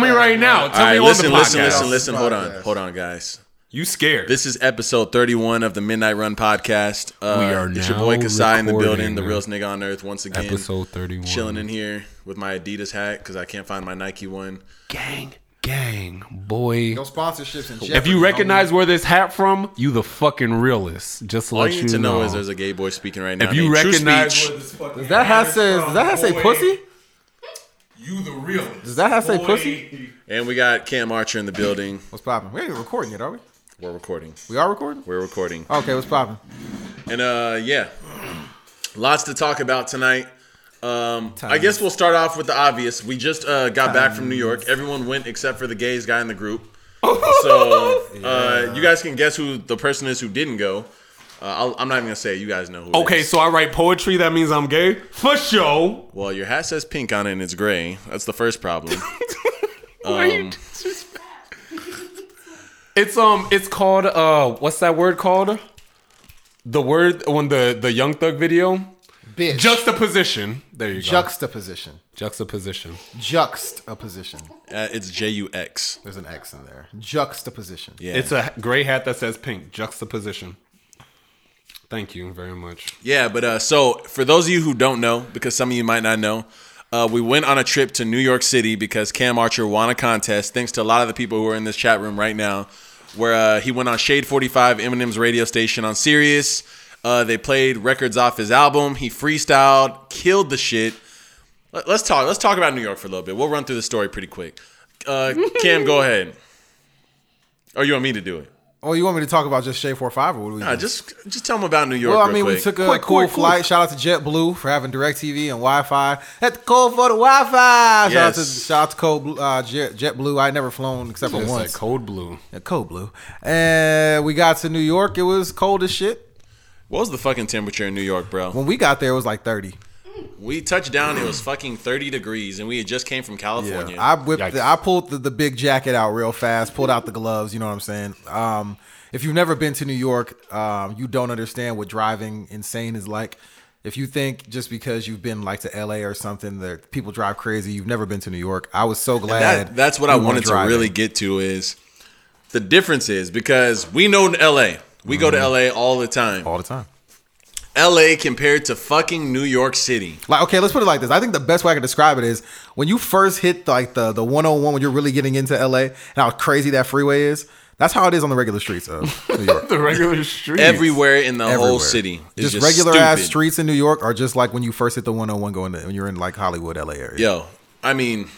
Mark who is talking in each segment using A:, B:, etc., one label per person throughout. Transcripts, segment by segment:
A: right now. Tell
B: All
A: me
B: right,
A: on
B: listen,
A: the podcast.
B: listen, listen, listen. Hold on,
C: Podcast.
B: hold on, guys.
A: You scared?
B: This is episode 31 of the Midnight Run podcast. Uh,
A: We are
B: It's your
A: now
B: boy Kasai in the
A: recording,
B: building, the
A: man.
B: realest nigga on earth once again.
A: episode thirty-one.
B: Chilling in here with my Adidas hat because I can't find my Nike one.
A: gang, gang, boy.
C: No sponsorships and
A: If you recognize where this hat from, you the fucking realist. Just to
B: All
A: let
B: you
A: you,
B: need to know
A: know
B: is there's a gay boy speaking right now.
A: if you
B: named True
A: recognize
B: Speech.
A: where this fucking
D: Does that hat
A: is
D: says? Does
A: from,
D: that hat say
A: boy,
D: pussy?
A: You the realist.
D: Does that hat say
A: boy.
D: pussy?
B: and we got Cam Archer in the building.
D: What's popping? We ain't recording yet, are we?
B: We're recording.
D: We are recording.
B: We're recording.
D: Okay, what's popping?
B: And uh, yeah, lots to talk about tonight. Um, I guess we'll start off with the obvious. We just uh, got back from New York. Everyone went except for the gays guy in the group. so uh, you guys can guess who the person is who didn't go. Uh, I'll, I'm not even gonna say. it. You guys know who. it
A: Okay,
B: is.
A: so I write poetry. That means I'm gay for sure.
B: Well, your hat says pink on it and it's gray. That's the first problem. Um,
A: Wait. it's um, it's called uh, what's that word called? The word on the the Young Thug video.
C: bitch
A: Juxtaposition. There you go.
C: juxtaposition,
A: Juxtaposition.
C: juxtaposition.
B: Uh, it's J U X.
C: There's an X in there. Juxtaposition.
B: Yeah.
A: It's a gray hat that says pink. Juxtaposition. Thank you very much.
B: Yeah, but uh, so for those of you who don't know, because some of you might not know, uh, we went on a trip to New York City because Cam Archer won a contest. Thanks to a lot of the people who are in this chat room right now, where uh, he went on Shade Forty Five, Eminem's radio station on Sirius. Uh, they played records off his album. He freestyled, killed the shit. Let- Let's talk. Let's talk about New York for a little bit. We'll run through the story pretty quick. Uh, Cam, go ahead. Or you want me to do it?
C: Oh, you want me to talk about just Shade Four Five or what do we?
B: Nah,
C: do?
B: just just tell them about New York.
C: Well, I
B: real
C: mean, we
B: quick.
C: took a
A: Quick,
C: cool
A: quick, quick.
C: flight. Shout out to JetBlue for having DirecTV and Wi-Fi. At the code for the Wi-Fi. Shout out to
B: Yes.
C: shout out to Code Blue, uh, Jet, JetBlue. I never flown except for
A: It's like
C: once.
A: cold blue.
C: Yeah, Code Blue. And we got to New York. It was cold as shit.
B: What was the fucking temperature in New York, bro?
C: When we got there, it was like thirty.
B: We touched down. It was fucking thirty degrees, and we had just came from California.
C: I whipped.
A: Yikes.
C: The, I pulled the, the big jacket out real fast. Pulled out the gloves. You know what I'm saying? Um, if you've never been to New York, um, you don't understand what driving insane is like. If you think just because you've been like to LA or something that people drive crazy, you've never been to New York. I was so glad.
B: that, that's what I
C: we weren't
B: wanted to
C: driving.
B: really get to is the difference is because we know in L.A. We
C: Mm-hmm.
B: go to L.A. all the time.
C: all the time.
B: L.A. compared to fucking New York City.
C: Like okay, let's put it like this. I think the best way I can describe it is when you first hit like the the 101 when you're really getting into LA and how crazy that freeway is. That's how it is on the regular streets of New York.
A: The regular street.
B: Everywhere in the whole
C: Everywhere.
B: city, is
C: Just, regular ass
B: stupid.
C: streets in New York are just like when you first hit the 101 going to, when you're in like Hollywood, LA area.
B: Yo, I mean,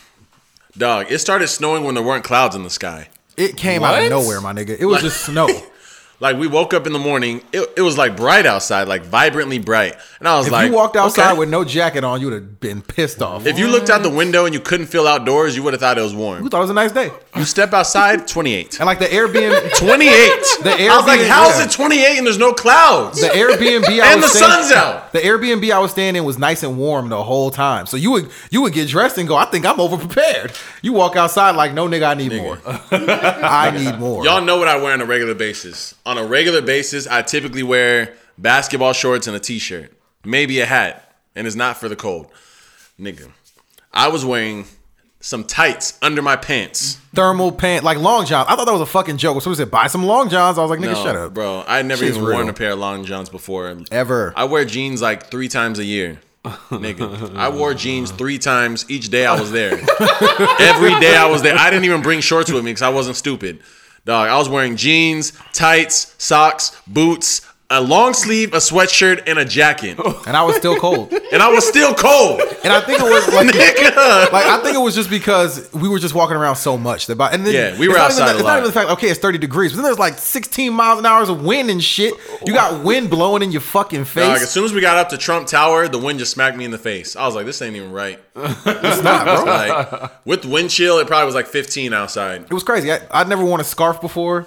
B: dog. It started snowing when there weren't clouds in the sky.
C: It came out
A: What?
C: of nowhere, my nigga. It was just snow.
B: Like we woke up in the morning, it, it was like bright outside, like vibrantly bright, and I was
C: If
B: like,
C: you walked outside
B: okay.
C: with no jacket on, you'd have been pissed off.
B: If you looked out the window and you couldn't feel outdoors, you would have thought it was warm.
C: you thought it was a nice day.
B: You step outside, 28.
C: And like the Airbnb
B: 28. I was like,
C: Airbnb-
B: how is
C: yeah.
B: it 28 and there's no clouds?
C: the Airbnb I
B: And
C: was
B: the
C: staying-
B: sun's out.
C: The Airbnb I was staying in was nice and warm the whole time. So you would you would get dressed and go, I think I'm over prepared. You walk outside like, no nigga, I need more. I need more.
B: Y'all know what I wear on a regular basis. On a regular basis, I typically wear basketball shorts and a t-shirt, maybe a hat, and it's not for the cold. Nigga, I was wearing some tights under my pants.
C: thermal pant like long johns. I thought that was a fucking joke. When somebody said buy some long johns, I was like, nigga,
B: No,
C: shut up,
B: bro. I never
C: She's
B: even worn
C: real.
B: a pair of long johns before.
C: Ever.
B: I wear jeans like three times a year. Nigga, I wore jeans three times each day I was there. Every day I was there. I didn't even bring shorts with me because I wasn't stupid. Dog, I was wearing jeans, tights, socks, boots, a long sleeve, a sweatshirt, and a jacket.
C: and I was still cold.
B: And I was still cold.
C: And I think it was like,
B: Nigga.
C: like I think it was just because we were just walking around so much that by, and then
B: Yeah, we were
C: it's
B: outside
C: not Even,
B: a
C: the- it's
B: lot.
C: not even the fact. Okay, it's thirty degrees, but then there's like sixteen miles an hour of wind and shit. You got wind blowing in your fucking
B: Dog, as
C: face.
B: soon as we got up to Trump Tower, the wind just smacked me in the face. I was like, this ain't even right.
C: It's not, bro.
B: Like, with wind chill, it probably was like 15 outside.
C: It was crazy. I, I'd never worn a scarf before.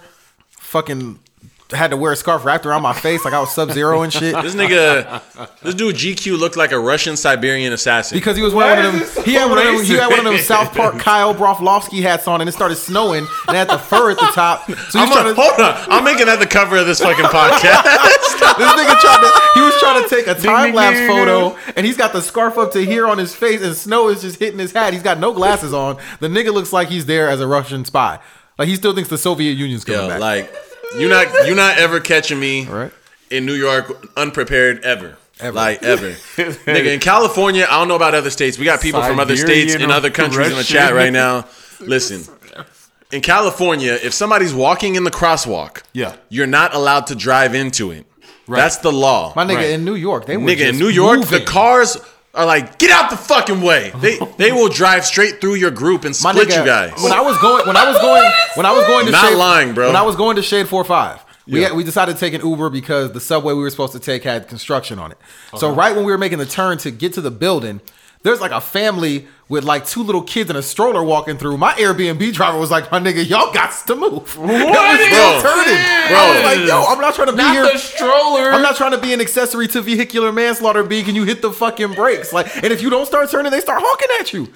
C: Fucking had to wear a scarf wrapped around my face like I was Sub Zero and shit.
B: This nigga, this dude GQ looked like a Russian Siberian assassin.
C: Because he was wearing
A: Why is
C: one of
A: this so
C: them. He had one of them. He had one of them
A: racist?
C: South Park Kyle Broflovsky hats on, and it started snowing, and it had the fur at the top. So he was
B: I'm
C: trying
B: gonna,
C: to,
B: hold on, I'm making that the cover of this fucking podcast.
C: this nigga tried to. He was trying to take a time
A: ding,
C: lapse
A: ding,
C: photo, and he's got the scarf up to here on his face, and snow is just hitting his hat. He's got no glasses on. The nigga looks like he's there as a Russian spy. Like he still thinks the Soviet Union's coming
B: Yo,
C: back.
B: like you not you not ever catching me
C: Right.
B: in New York unprepared ever. Like ever, nigga. In California, I don't know about other states. We got people from other states
A: Siberian
B: and other countries in the
A: Russian.
B: chat right now. Listen, in California, if somebody's walking in the crosswalk,
A: Yeah.
B: you're not allowed to drive into it. That's the law.
C: my nigga
A: right.
C: in New York, they were
B: Nigga, in
C: just
B: New York, the
C: moving.
B: cars are like, get out the fucking way. They they will drive straight through your group and
C: My
B: split
C: nigga,
B: you guys.
C: When I was going, when I was going, when I was going to
B: Not
C: shade,
B: lying, bro.
C: When I was going to shade four five, we
B: Yeah.
C: had, we decided to take an Uber because the subway we were supposed to take had construction on it. So right when we were making the turn to get to the building, there's like a family with like two little kids and a stroller walking through. My Airbnb driver was like, "My nigga, y'all got to move." What?
A: What
B: is
C: turning. I was
B: Bro.
C: like, "Yo, I'm not trying to be
A: Not
C: here."
A: the stroller.
C: I'm not trying to be an accessory to vehicular manslaughter, B. Can you hit the fucking brakes? Like, and if you don't start turning, they start honking at you.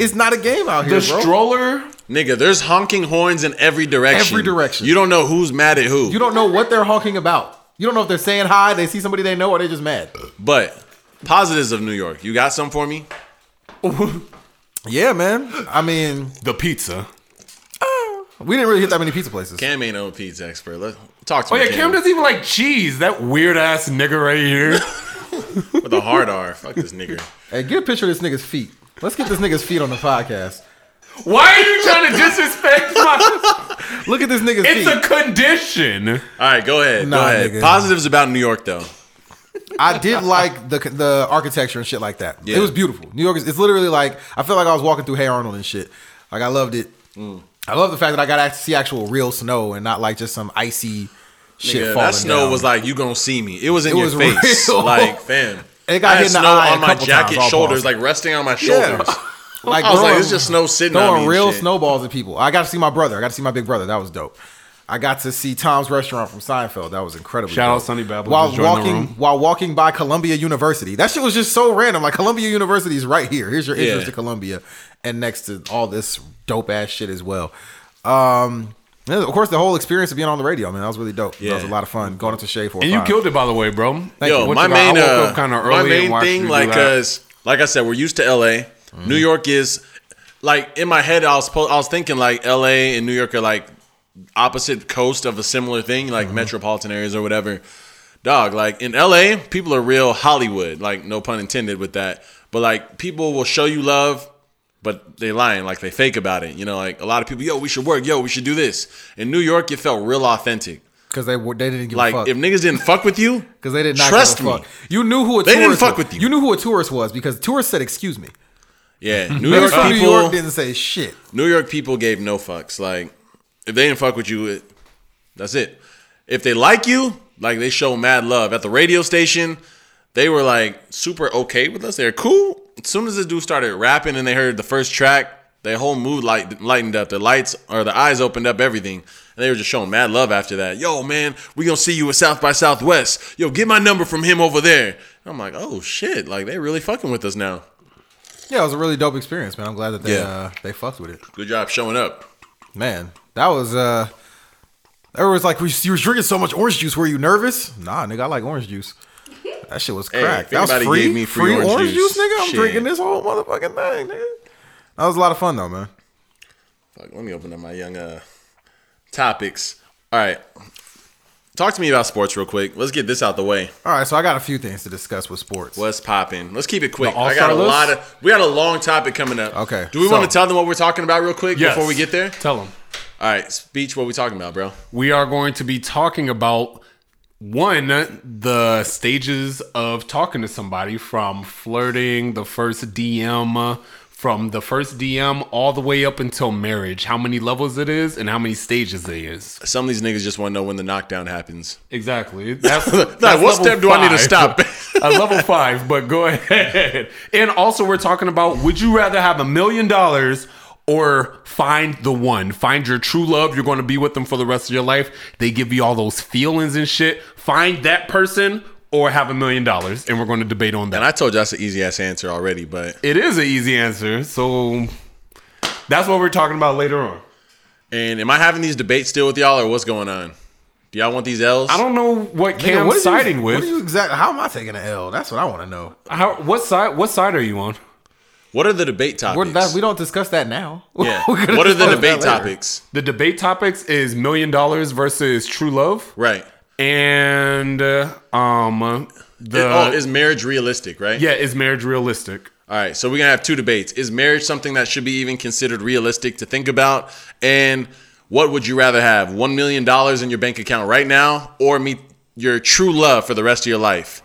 C: It's not a game out here,
A: the
C: bro.
A: stroller.
B: Nigga, there's honking horns in every direction.
C: Every direction.
B: You don't know who's mad at who.
C: You don't know what they're honking about. You don't know if they're saying hi, they see somebody they know, or they're just mad.
B: but positives of New York. You got some for me?
C: Yeah, man. I mean,
A: The pizza.
C: we didn't really hit that many pizza places.
B: Cam ain't no pizza expert. Let's talk to
A: Oh
B: me.
A: yeah, Cam doesn't even like cheese. That weird ass nigga right here.
B: with a hard R. Fuck this nigga.
C: Hey, get a picture of this nigga's feet. Let's get this nigga's feet on the podcast.
A: Why are you trying to disrespect my?
C: Look at this nigga's
A: It's a
C: feet.
A: condition.
B: All right, go ahead.
C: Nah,
B: go ahead.
C: nigga.
B: Positives about New York though.
C: I did like the the architecture and shit like that.
B: Yeah.
C: It was beautiful. New York is it's literally like I felt like I was walking through Hey Arnold and shit. Like I loved it. I love the fact that I got to see actual real snow and not like just some icy shit
B: Nigga,
C: falling
B: that snow
C: down.
B: was like you gonna see me. It was in
C: It
B: your
C: was
B: face,
C: real.
B: like fam.
C: It got
B: I had
C: hit in the
B: snow
C: eye a
B: on my
C: couple
B: jacket
C: times, all
B: shoulders,
C: balls.
B: like resting on my
C: Yeah.
B: shoulders.
C: like
B: I was like,
C: throwing-
B: it's just snow sitting on me.
C: throwing
B: and
C: real
B: shit.
C: snowballs at people. I got to see my brother. I got to see my big brother. That was dope. I got to see Tom's restaurant from Seinfeld. That was incredible.
A: Shout out Sonny Babel,
C: While
A: just joined the
C: walking,
A: room.
C: while walking by Columbia University, that shit was just so random. Like Columbia University is right here. Here's your entrance
B: Yeah.
C: to Columbia, and next to all this dope ass shit as well. Um, and of course, the whole experience of being on the radio, man, that was really dope. That was a
B: Yeah.
C: lot of fun going up to Shade for.
A: And you killed it, by the way, bro.
B: Yo,
A: What
B: my
A: you got? I
B: main,
A: woke
B: uh,
A: up kinda
B: my
A: early and
B: main
A: watched you
B: thing,
A: do
B: like,
A: that. Mm-hmm.
B: cause, like I said, we're used to LA. New York is, like, in my head, I was, po- I was thinking, like, LA and New York are, like, opposite coast of a similar thing,
A: Mm-hmm.
B: like, metropolitan areas or whatever. Dog, like, in LA, people are real Hollywood, like, no pun intended with that. But, like, people will show you love, but they lying, like, they fake about it. You know, like, a lot of people, yo, we should work, yo, we should do this. In New York, it felt real authentic.
C: because they were they didn't give
B: Like,
C: a fuck.
B: if niggas didn't fuck with you,
C: Because they did not
B: Trust
C: give a
B: me.
C: fuck. You knew who a
B: They
C: tourist
B: didn't fuck
C: was.
B: with you.
C: You knew who a tourist was because tourists said, "Excuse me."
B: yeah, New
C: Niggas
B: York
C: from
B: people.
C: New York didn't say shit.
B: New York people gave no fucks. Like, if they didn't fuck with you, it, that's it. If they like you, like they show mad love at the radio station. They were like super okay with us. They're cool. As soon as this dude started rapping and they heard the first track, their whole mood light, lightened up. The lights or the eyes opened up. Everything. And they were just showing mad love after that. Yo, man, we gonna see you at South by Southwest. Yo, get my number from him over there. And I'm like, oh shit, like they really fucking with us now.
C: Yeah, it was a really dope experience, man. I'm glad that they
B: Yeah.
C: uh, they fucked with it,
B: Good job showing up.
C: man. That was uh, everyone's like, "You you was drinking so much orange juice. Were you nervous?" Nah, nigga, I like orange juice. That shit was
B: Hey,
C: cracked.
B: if
C: that was
B: anybody
C: free,
B: gave me free orange juice,
C: nigga. I'm
B: shit.
C: drinking this whole motherfucking thing, nigga. That was a lot of fun though, man.
B: Fuck, let me open up my young uh topics. All right. Talk to me about sports real quick. Let's get this out the way.
C: All right, so I got a few things to discuss with sports.
B: What's popping? Let's keep it quick.
A: The
B: I
A: All-Star
B: got a
A: list?
B: lot of we got a long topic coming up.
C: Okay,
B: Do we
C: so-
B: want to tell them what we're talking about real quick
A: Yes.
B: before we get there?
A: Tell them.
B: All right, speech, what we talking about, bro?
A: we are going to be talking about one the stages of talking to somebody from flirting the first dm from the first dm all the way up until marriage how many levels it is and how many stages it is
B: Some of these niggas just want to know when the knockdown happens.
A: exactly that's,
B: Like, what
A: level
B: step do I need to
A: five.
B: stop?
A: At level five, but go ahead. And also, we're talking about would you rather have a million dollars or find the one. Find your true love. You're going to be with them for the rest of your life. They give you all those feelings and shit. Find that person or have a million dollars. And we're going to debate on that.
B: And I told you that's an easy ass answer already, but
A: It is an easy answer. So that's what we're talking about later on.
B: and am I having these debates still with y'all or what's going on? Do y'all want these L's?
A: I don't know what Cam's
C: what are you-
A: siding with.
C: What are you exactly? How am I taking an L? That's what I want to know.
A: How, what side? What side are you on?
B: What are the debate topics?
C: We're not, we don't discuss that now.
B: yeah.
C: We're gonna
B: What are the
C: discuss that
B: debate
C: later.
B: topics?
A: The debate topics is million dollars versus true love,
B: Right.
A: and uh, um the
B: oh, is marriage realistic, right?
A: yeah is marriage realistic?
B: All right, so we're gonna have two debates. Is marriage something that should be even considered realistic to think about? And what would you rather have? One million dollars in your bank account right now, or meet your true love for the rest of your life?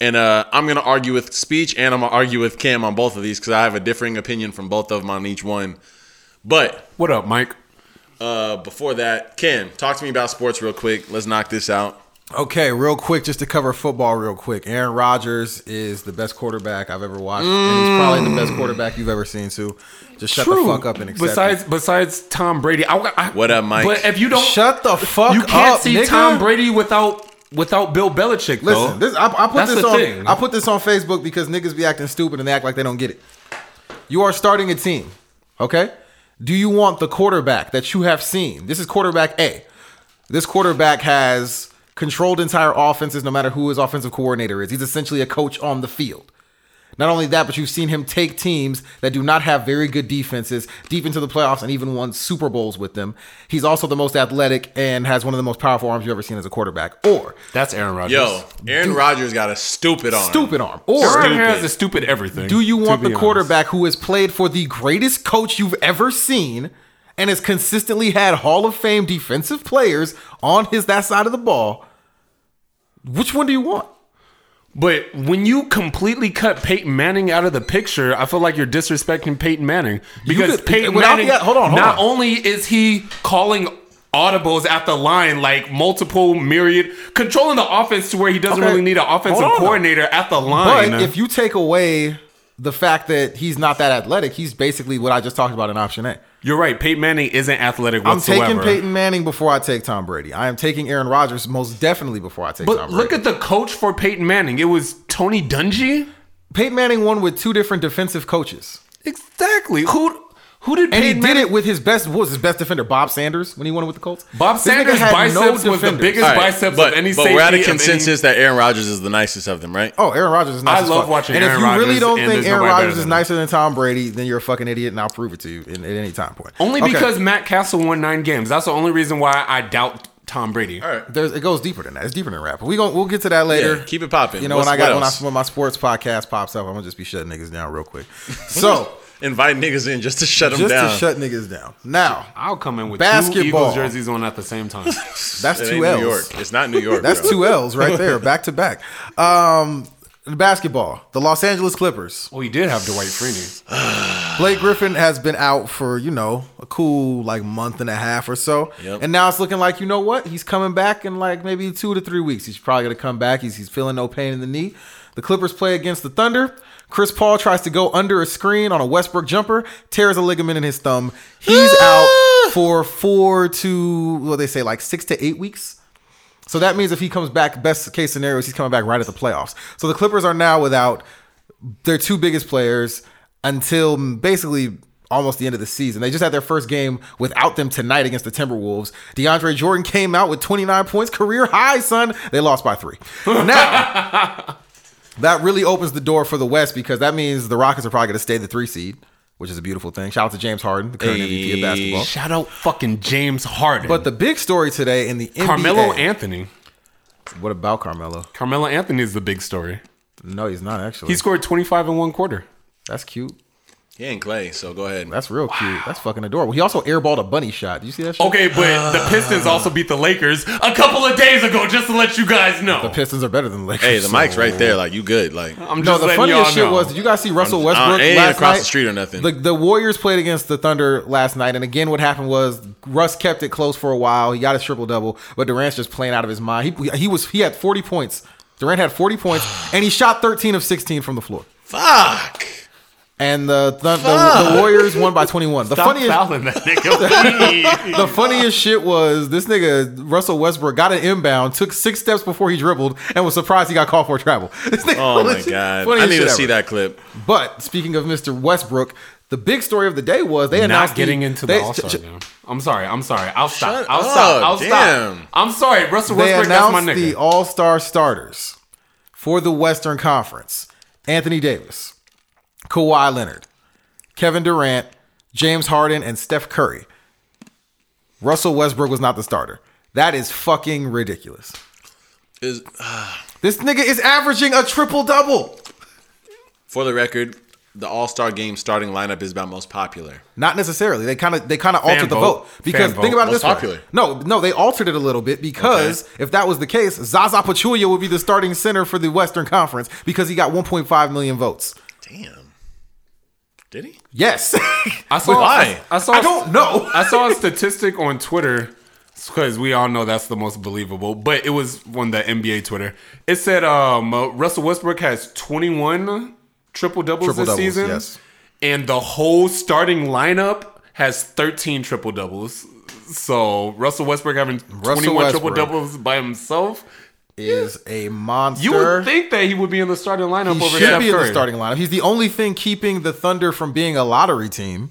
B: And uh, I'm gonna argue with speech, and I'm gonna argue with Cam on both of these because I have a differing opinion from both of them on each one. But
A: What up, Mike?
B: uh, before that, Cam, talk to me about sports real quick. Let's knock this out.
C: Okay, real quick, just to cover football real quick. Aaron Rodgers is the best quarterback I've ever watched, and he's probably the best
A: Mm.
C: quarterback you've ever seen too. Just shut the fuck up and accept.
A: besides
C: it.
A: besides Tom Brady, I, I,
B: What up, Mike?
A: But if you don't,
C: shut the fuck
A: you can't
C: up,
A: see
C: nigga.
A: Tom Brady without without Bill Belichick. though.
C: Listen, this, I, I put
A: That's
C: this
A: the
C: on.
A: thing.
C: I put this on Facebook because niggas be acting stupid and they act like they don't get it. You are starting a team, okay? Do you want the quarterback that you have seen? This is quarterback A. This quarterback has controlled entire offenses, no matter who his offensive coordinator is. He's essentially a coach on the field. Not only that, but you've seen him take teams that do not have very good defenses deep into the playoffs and even won Super Bowls with them. He's also the most athletic and has one of the most powerful arms you've ever seen as a quarterback. Or
A: that's Aaron Rodgers.
B: Yo, Aaron Rodgers got a stupid arm.
C: stupid arm. Or
A: Aaron
B: stupid.
A: has a stupid everything.
C: do you
A: to
C: want
A: be
C: the
A: honest.
C: quarterback who has played for the greatest coach you've ever seen and has consistently had Hall of Fame defensive players on his that side of the ball? Which one do you want?
A: But when you completely cut Peyton Manning out of the picture, I feel like you're disrespecting Peyton Manning because
C: could-
A: Peyton
C: without
A: Manning.
C: the- hold on, hold
A: not
C: on.
A: only is he calling audibles at the line like multiple myriad, controlling the offense to where he doesn't
C: Okay.
A: really need an offensive
C: Hold on.
A: coordinator at the line.
C: But if you take away the fact that he's not that athletic, he's basically what I just talked about in option A.
A: you're right, Peyton Manning isn't athletic
C: I'm
A: whatsoever.
C: taking Peyton Manning before I take Tom Brady. I am taking Aaron Rodgers most definitely before I take Tom
A: But
C: Brady.
A: look at the coach for Peyton Manning. It was Tony Dungy.
C: Peyton Manning won with two different defensive coaches.
A: Exactly. Who who did
C: And
A: Peyton
C: he did
A: Manning?
C: it with his best. What was his best defender? Bob Sanders when he won it with the Colts.
A: Bob
C: This nigga
A: Sanders'
C: had
A: biceps was the
C: defenders.
A: biggest
B: All right,
A: biceps
B: but,
A: of any
B: but we're at a
A: safety of any-
B: consensus that Aaron Rodgers is the nicest of them, right?
C: Oh, Aaron Rodgers is nice.
A: I
C: as
A: love
C: fuck.
A: watching
C: And
A: Aaron
C: if you really
A: Rodgers,
C: don't
A: and
C: think
A: there's
C: Aaron
A: nobody better
C: Rodgers is
A: than
C: nicer than Tom Brady, then you're a fucking idiot, and I'll prove it to you in, at any time point.
A: Only
C: Okay.
A: because Matt Castle won nine games. That's the only reason why I doubt Tom Brady.
C: There's, it goes deeper than that. It's deeper than rap. But we gon' we'll get to that later.
B: Yeah, keep it popping.
C: You know
B: What's-
C: when I got
B: what
C: when, I,
B: else?
C: when my sports podcast pops up, I'm gonna just be shutting niggas down real quick. So
B: Invite niggas in just to shut them
C: just
B: down.
C: to shut niggas down. Now
A: I'll come in with two
C: Basketball.
A: Eagles jerseys on at the same time.
C: that's
B: it
C: two
B: ain't
C: L's.
B: New York. It's not New York.
C: That's
B: bro.
C: two L's right there, back to back. Um, basketball, the Los Angeles Clippers.
A: well, he did have Dwight Freeney.
C: Oh. Blake Griffin has been out for you know a cool like month and a half or so,
B: Yep.
C: and now it's looking like you know what he's coming back in like maybe two to three weeks. He's probably gonna come back. He's he's feeling no pain in the knee. The Clippers play against the Thunder. Chris Paul tries to go under a screen on a Westbrook jumper, tears a ligament in his thumb. He's out for four to what they say like six to eight weeks. So that means if he comes back, best case scenario is he's coming back right at the playoffs. So the Clippers are now without their two biggest players until basically almost the end of the season. They just had their first game without them tonight against the Timberwolves. DeAndre Jordan came out with 29 points, career high, son. They lost by three. Now. That really opens the door for the West because that means the Rockets are probably going to stay the three seed, which is a beautiful thing. Shout out to James Harden, the current MVP of basketball.
A: Shout out fucking James Harden.
C: But the big story today in the NBA,
A: Carmelo Anthony.
C: what about Carmelo?
A: Carmelo Anthony is the big story.
C: No, he's not actually.
A: He scored 25 in one quarter.
C: That's cute.
B: He ain't Clay, so go ahead.
C: That's real cute. That's fucking adorable. He also airballed a bunny shot. Did you see that shit?
A: Okay,
C: Uh.
A: but the Pistons also beat the Lakers a couple of days ago, just to let you guys know.
C: Pistons are better than the Lakers.
B: Hey, the mic's right there. Like you good. Like
A: I'm
C: No,
A: just
C: the
A: letting
C: funniest
A: y'all
C: shit
A: know.
C: was did you guys see Russell
B: I
C: Westbrook
B: ain't
C: last
B: across
C: night?
B: the street or nothing.
C: The, the Warriors played against the Thunder last night, and again, what happened was Russ kept it close for a while. He got his triple double, but Durant's just playing out of his mind. He he was he had forty points. Durant had forty points, and he shot thirteen of sixteen from the floor.
B: fuck.
C: and the the, the, the Warriors won by 21. The
A: Stop
C: funniest
A: fouling that nigga. please.
C: the funniest shit was this nigga Russell Westbrook got an inbound, took six steps before he dribbled, and was surprised he got called for a travel. This nigga
B: Oh my
C: was-
B: god!
C: funniest
B: I need
C: shit
B: to see
C: ever.
B: that clip.
C: But speaking of Mr. Westbrook, the big story of the day was they announced
A: not getting
C: the,
A: into
C: they-
A: the All Star
C: ch- ch-
A: game. I'm sorry. I'm sorry. I'll stop.
B: Shut
A: I'll
B: up,
A: stop. I'll
B: damn.
A: stop. I'm sorry. Russell
C: They
A: Westbrook, that's my
C: announced the
A: nigga.
C: All Star starters for the Western Conference: Anthony Davis, Kawhi Leonard, Kevin Durant, James Harden, and Steph Curry. Russell Westbrook was not the starter. That is fucking ridiculous.
B: Is
C: This nigga is averaging a triple double.
B: for the record, the All Star Game starting lineup is by most popular.
C: Not necessarily. They kind of they kind of altered the
A: vote.
C: vote because
A: Fan
C: think
A: vote.
C: about it
B: Most
C: this way.
B: popular.
C: No, no, they altered it a little bit because if that was the case, Zaza Pachulia would be the starting center for the Western Conference because he got 1.5 million votes.
B: Damn. Did he?
C: Yes.
A: I saw.
B: Why?
A: I, saw.
C: I don't know.
A: I saw a statistic on Twitter because we all know that's the most believable, but it was on the NBA Twitter. It said um, uh, Russell Westbrook has 21 triple doubles this
C: Triple-doubles,
A: season,
C: yes.
A: and the whole starting lineup has 13 triple doubles. So Russell Westbrook having 21
C: Westbrook.
A: triple doubles by himself.
C: is a monster.
A: You would think that he would be in the starting lineup
C: he
A: over
C: should
A: Steph
C: be in
A: Curry.
C: the starting lineup. He's the only thing keeping the Thunder from being a lottery team.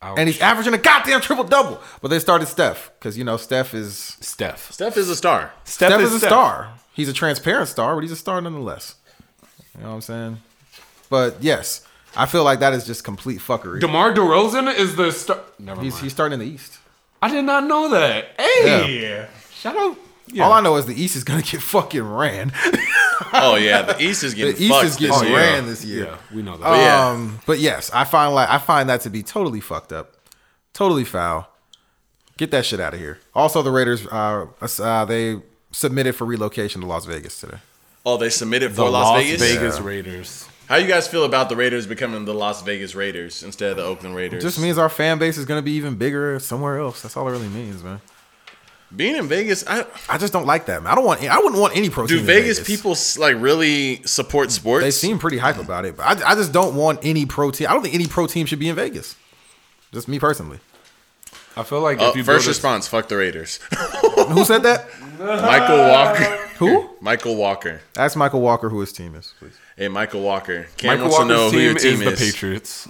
C: And he's averaging a goddamn triple double. But they started Steph because you know Steph is
A: Steph.
B: Steph is a star.
A: Steph,
C: Steph is a star. He's a transparent star, but he's a star nonetheless. You know what I'm saying? But yes, I feel like that is just complete fuckery.
A: DeMar DeRozan is the star. Never
C: He's,
A: mind.
C: he's starting in the East.
A: I did not know that. Hey, shout out. Yeah.
C: All I know is the East is gonna get fucking ran.
B: Oh yeah, the East is
C: the
B: getting
C: East
B: fucked
C: is getting
B: this year.
C: ran this year.
A: Oh, yeah, we know that.
B: yeah.
C: Um, but yes, I find like I find that to be totally fucked up, totally foul. Get that shit out of here. Also, the Raiders uh, uh they submitted for relocation to Las Vegas today.
B: Oh, they submitted for
A: the
B: Las, Vegas.
A: Raiders.
B: How you guys feel about the Raiders becoming the Las Vegas Raiders instead of the Oakland Raiders?
C: Just means our fan base is gonna be even bigger somewhere else. That's all it really means, man.
B: being in Vegas. I,
C: I just don't like that. Man. I don't want. I wouldn't want any pro.
B: do
C: team in
B: Vegas, people like really support sports?
C: They seem pretty hype about it, but I, I just don't want any pro team. I don't think any pro team should be in Vegas. Just me personally.
A: I feel like
B: Uh,
A: if you
B: first
A: build a-
B: response: Fuck the Raiders.
C: Who said that?
B: Michael Walker.
C: Who?
B: Michael Walker.
C: Ask Michael Walker who his team is, please.
B: Hey, Michael Walker. Cam
A: Michael
B: wants to know
A: Walker's
B: who your
A: team,
B: team
A: is
B: is.
A: the Patriots.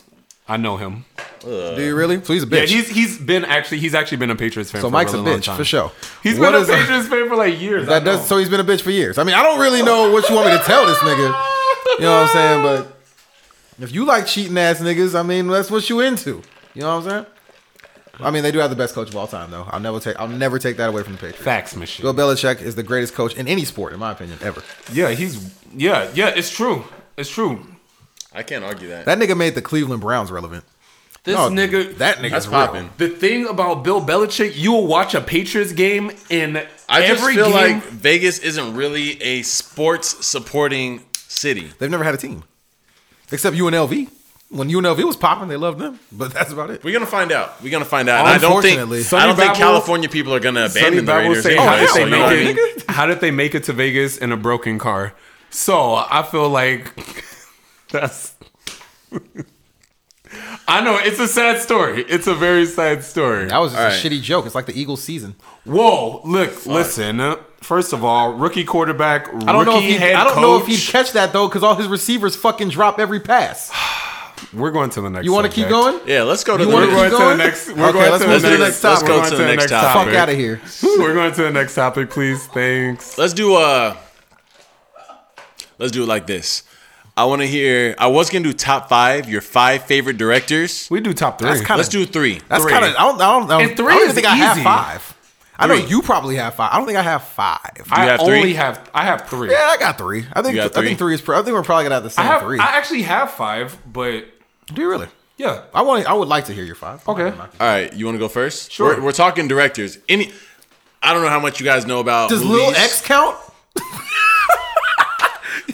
A: I know him.
C: Do you really? Please, a
A: Uh, Yeah,
C: bitch.
A: he's he's been actually he's actually been a Patriots fan.
C: so
A: for
C: Mike's a
A: really long
C: bitch
A: time.
C: for sure.
A: He's
C: What
A: been a
C: is a-
A: Patriots fan for like years.
C: That does so he's been a bitch for years. I mean, I don't really know what you want me to tell this nigga. You know what I'm saying? But if you like cheating ass niggas, I mean, that's what you into. You know what I'm saying? I mean, they do have the best coach of all time, though. I'll never take I'll never take that away from the Patriots.
A: Facts machine.
C: Bill Belichick is the greatest coach in any sport, in my opinion, ever.
A: Yeah, he's yeah yeah. It's true. It's true.
B: I can't argue that.
C: That nigga made the Cleveland Browns relevant.
A: This
C: No,
A: nigga.
C: that nigga's
B: That's
C: real.
B: popping.
A: the thing about Bill Belichick, you will watch a Patriots game and
B: I just
A: every
B: feel
A: game.
B: like Vegas isn't really a sports supporting city.
C: They've never had a team except UNLV. When UNLV was popping, they loved them, but that's about it.
B: We're gonna find out. We're gonna find out. And I don't think
C: Unfortunately.
B: I
A: Sonny
B: don't think
A: Babel-
B: California people are gonna
A: Sonny
B: abandon the
A: Bible
B: Raiders
A: say, how,
B: anyway.
A: did
B: So
A: they
B: you know what I
A: make
B: mean?
A: it, how did they make it to Vegas in a broken car? So I feel like that's. I know it's a sad story. It's a very sad story.
C: That was just
B: All
C: a
B: right.
C: shitty joke. It's like the Eagles season.
A: Whoa! Look, listen. First of all, rookie quarterback. Rookie
C: I don't know if he.
A: head
C: I don't
A: coach.
C: know if he'd catch that though, because all his receivers fucking drop every pass.
A: We're going to the next.
C: You want to keep
A: subject.
C: going?
B: Yeah, let's go to
C: You
B: the
A: We're
C: wanna
B: next-
A: going to the
C: keep
A: next.
C: going?
A: We're
C: Okay,
A: going
C: let's
A: to
C: move
A: the next.
C: topic.
A: We're going
B: Let's go to the next topic.
C: Fuck out of here.
A: We're going to the next topic, please. Thanks.
B: Let's do uh Let's do it like this. I want to hear. I was gonna do top five, your five favorite directors.
A: We do top three.
C: That's kinda-
B: Let's do three.
C: That's
A: Three.
C: kind of. I don't. I don't. I don't,
A: And three
C: I don't even
A: is
C: think I have
A: easy.
C: five. I know
B: Three.
C: you probably have five. I don't think I have five.
A: I
B: have three?
A: only have. I have three.
C: yeah, I got three. I think.
B: You got
C: I
B: three?
C: think three is. pr- I think we're probably gonna have the
A: I
C: same
A: have.
C: three.
A: I actually have five, but
C: Do you really?
A: yeah.
C: I want. I would like to hear your five.
A: Okay.
B: All right, you want to go first?
A: Sure.
B: We're, we're talking directors. Any, I don't know how much you guys know about.
C: Does
B: movies.
C: Lil X count?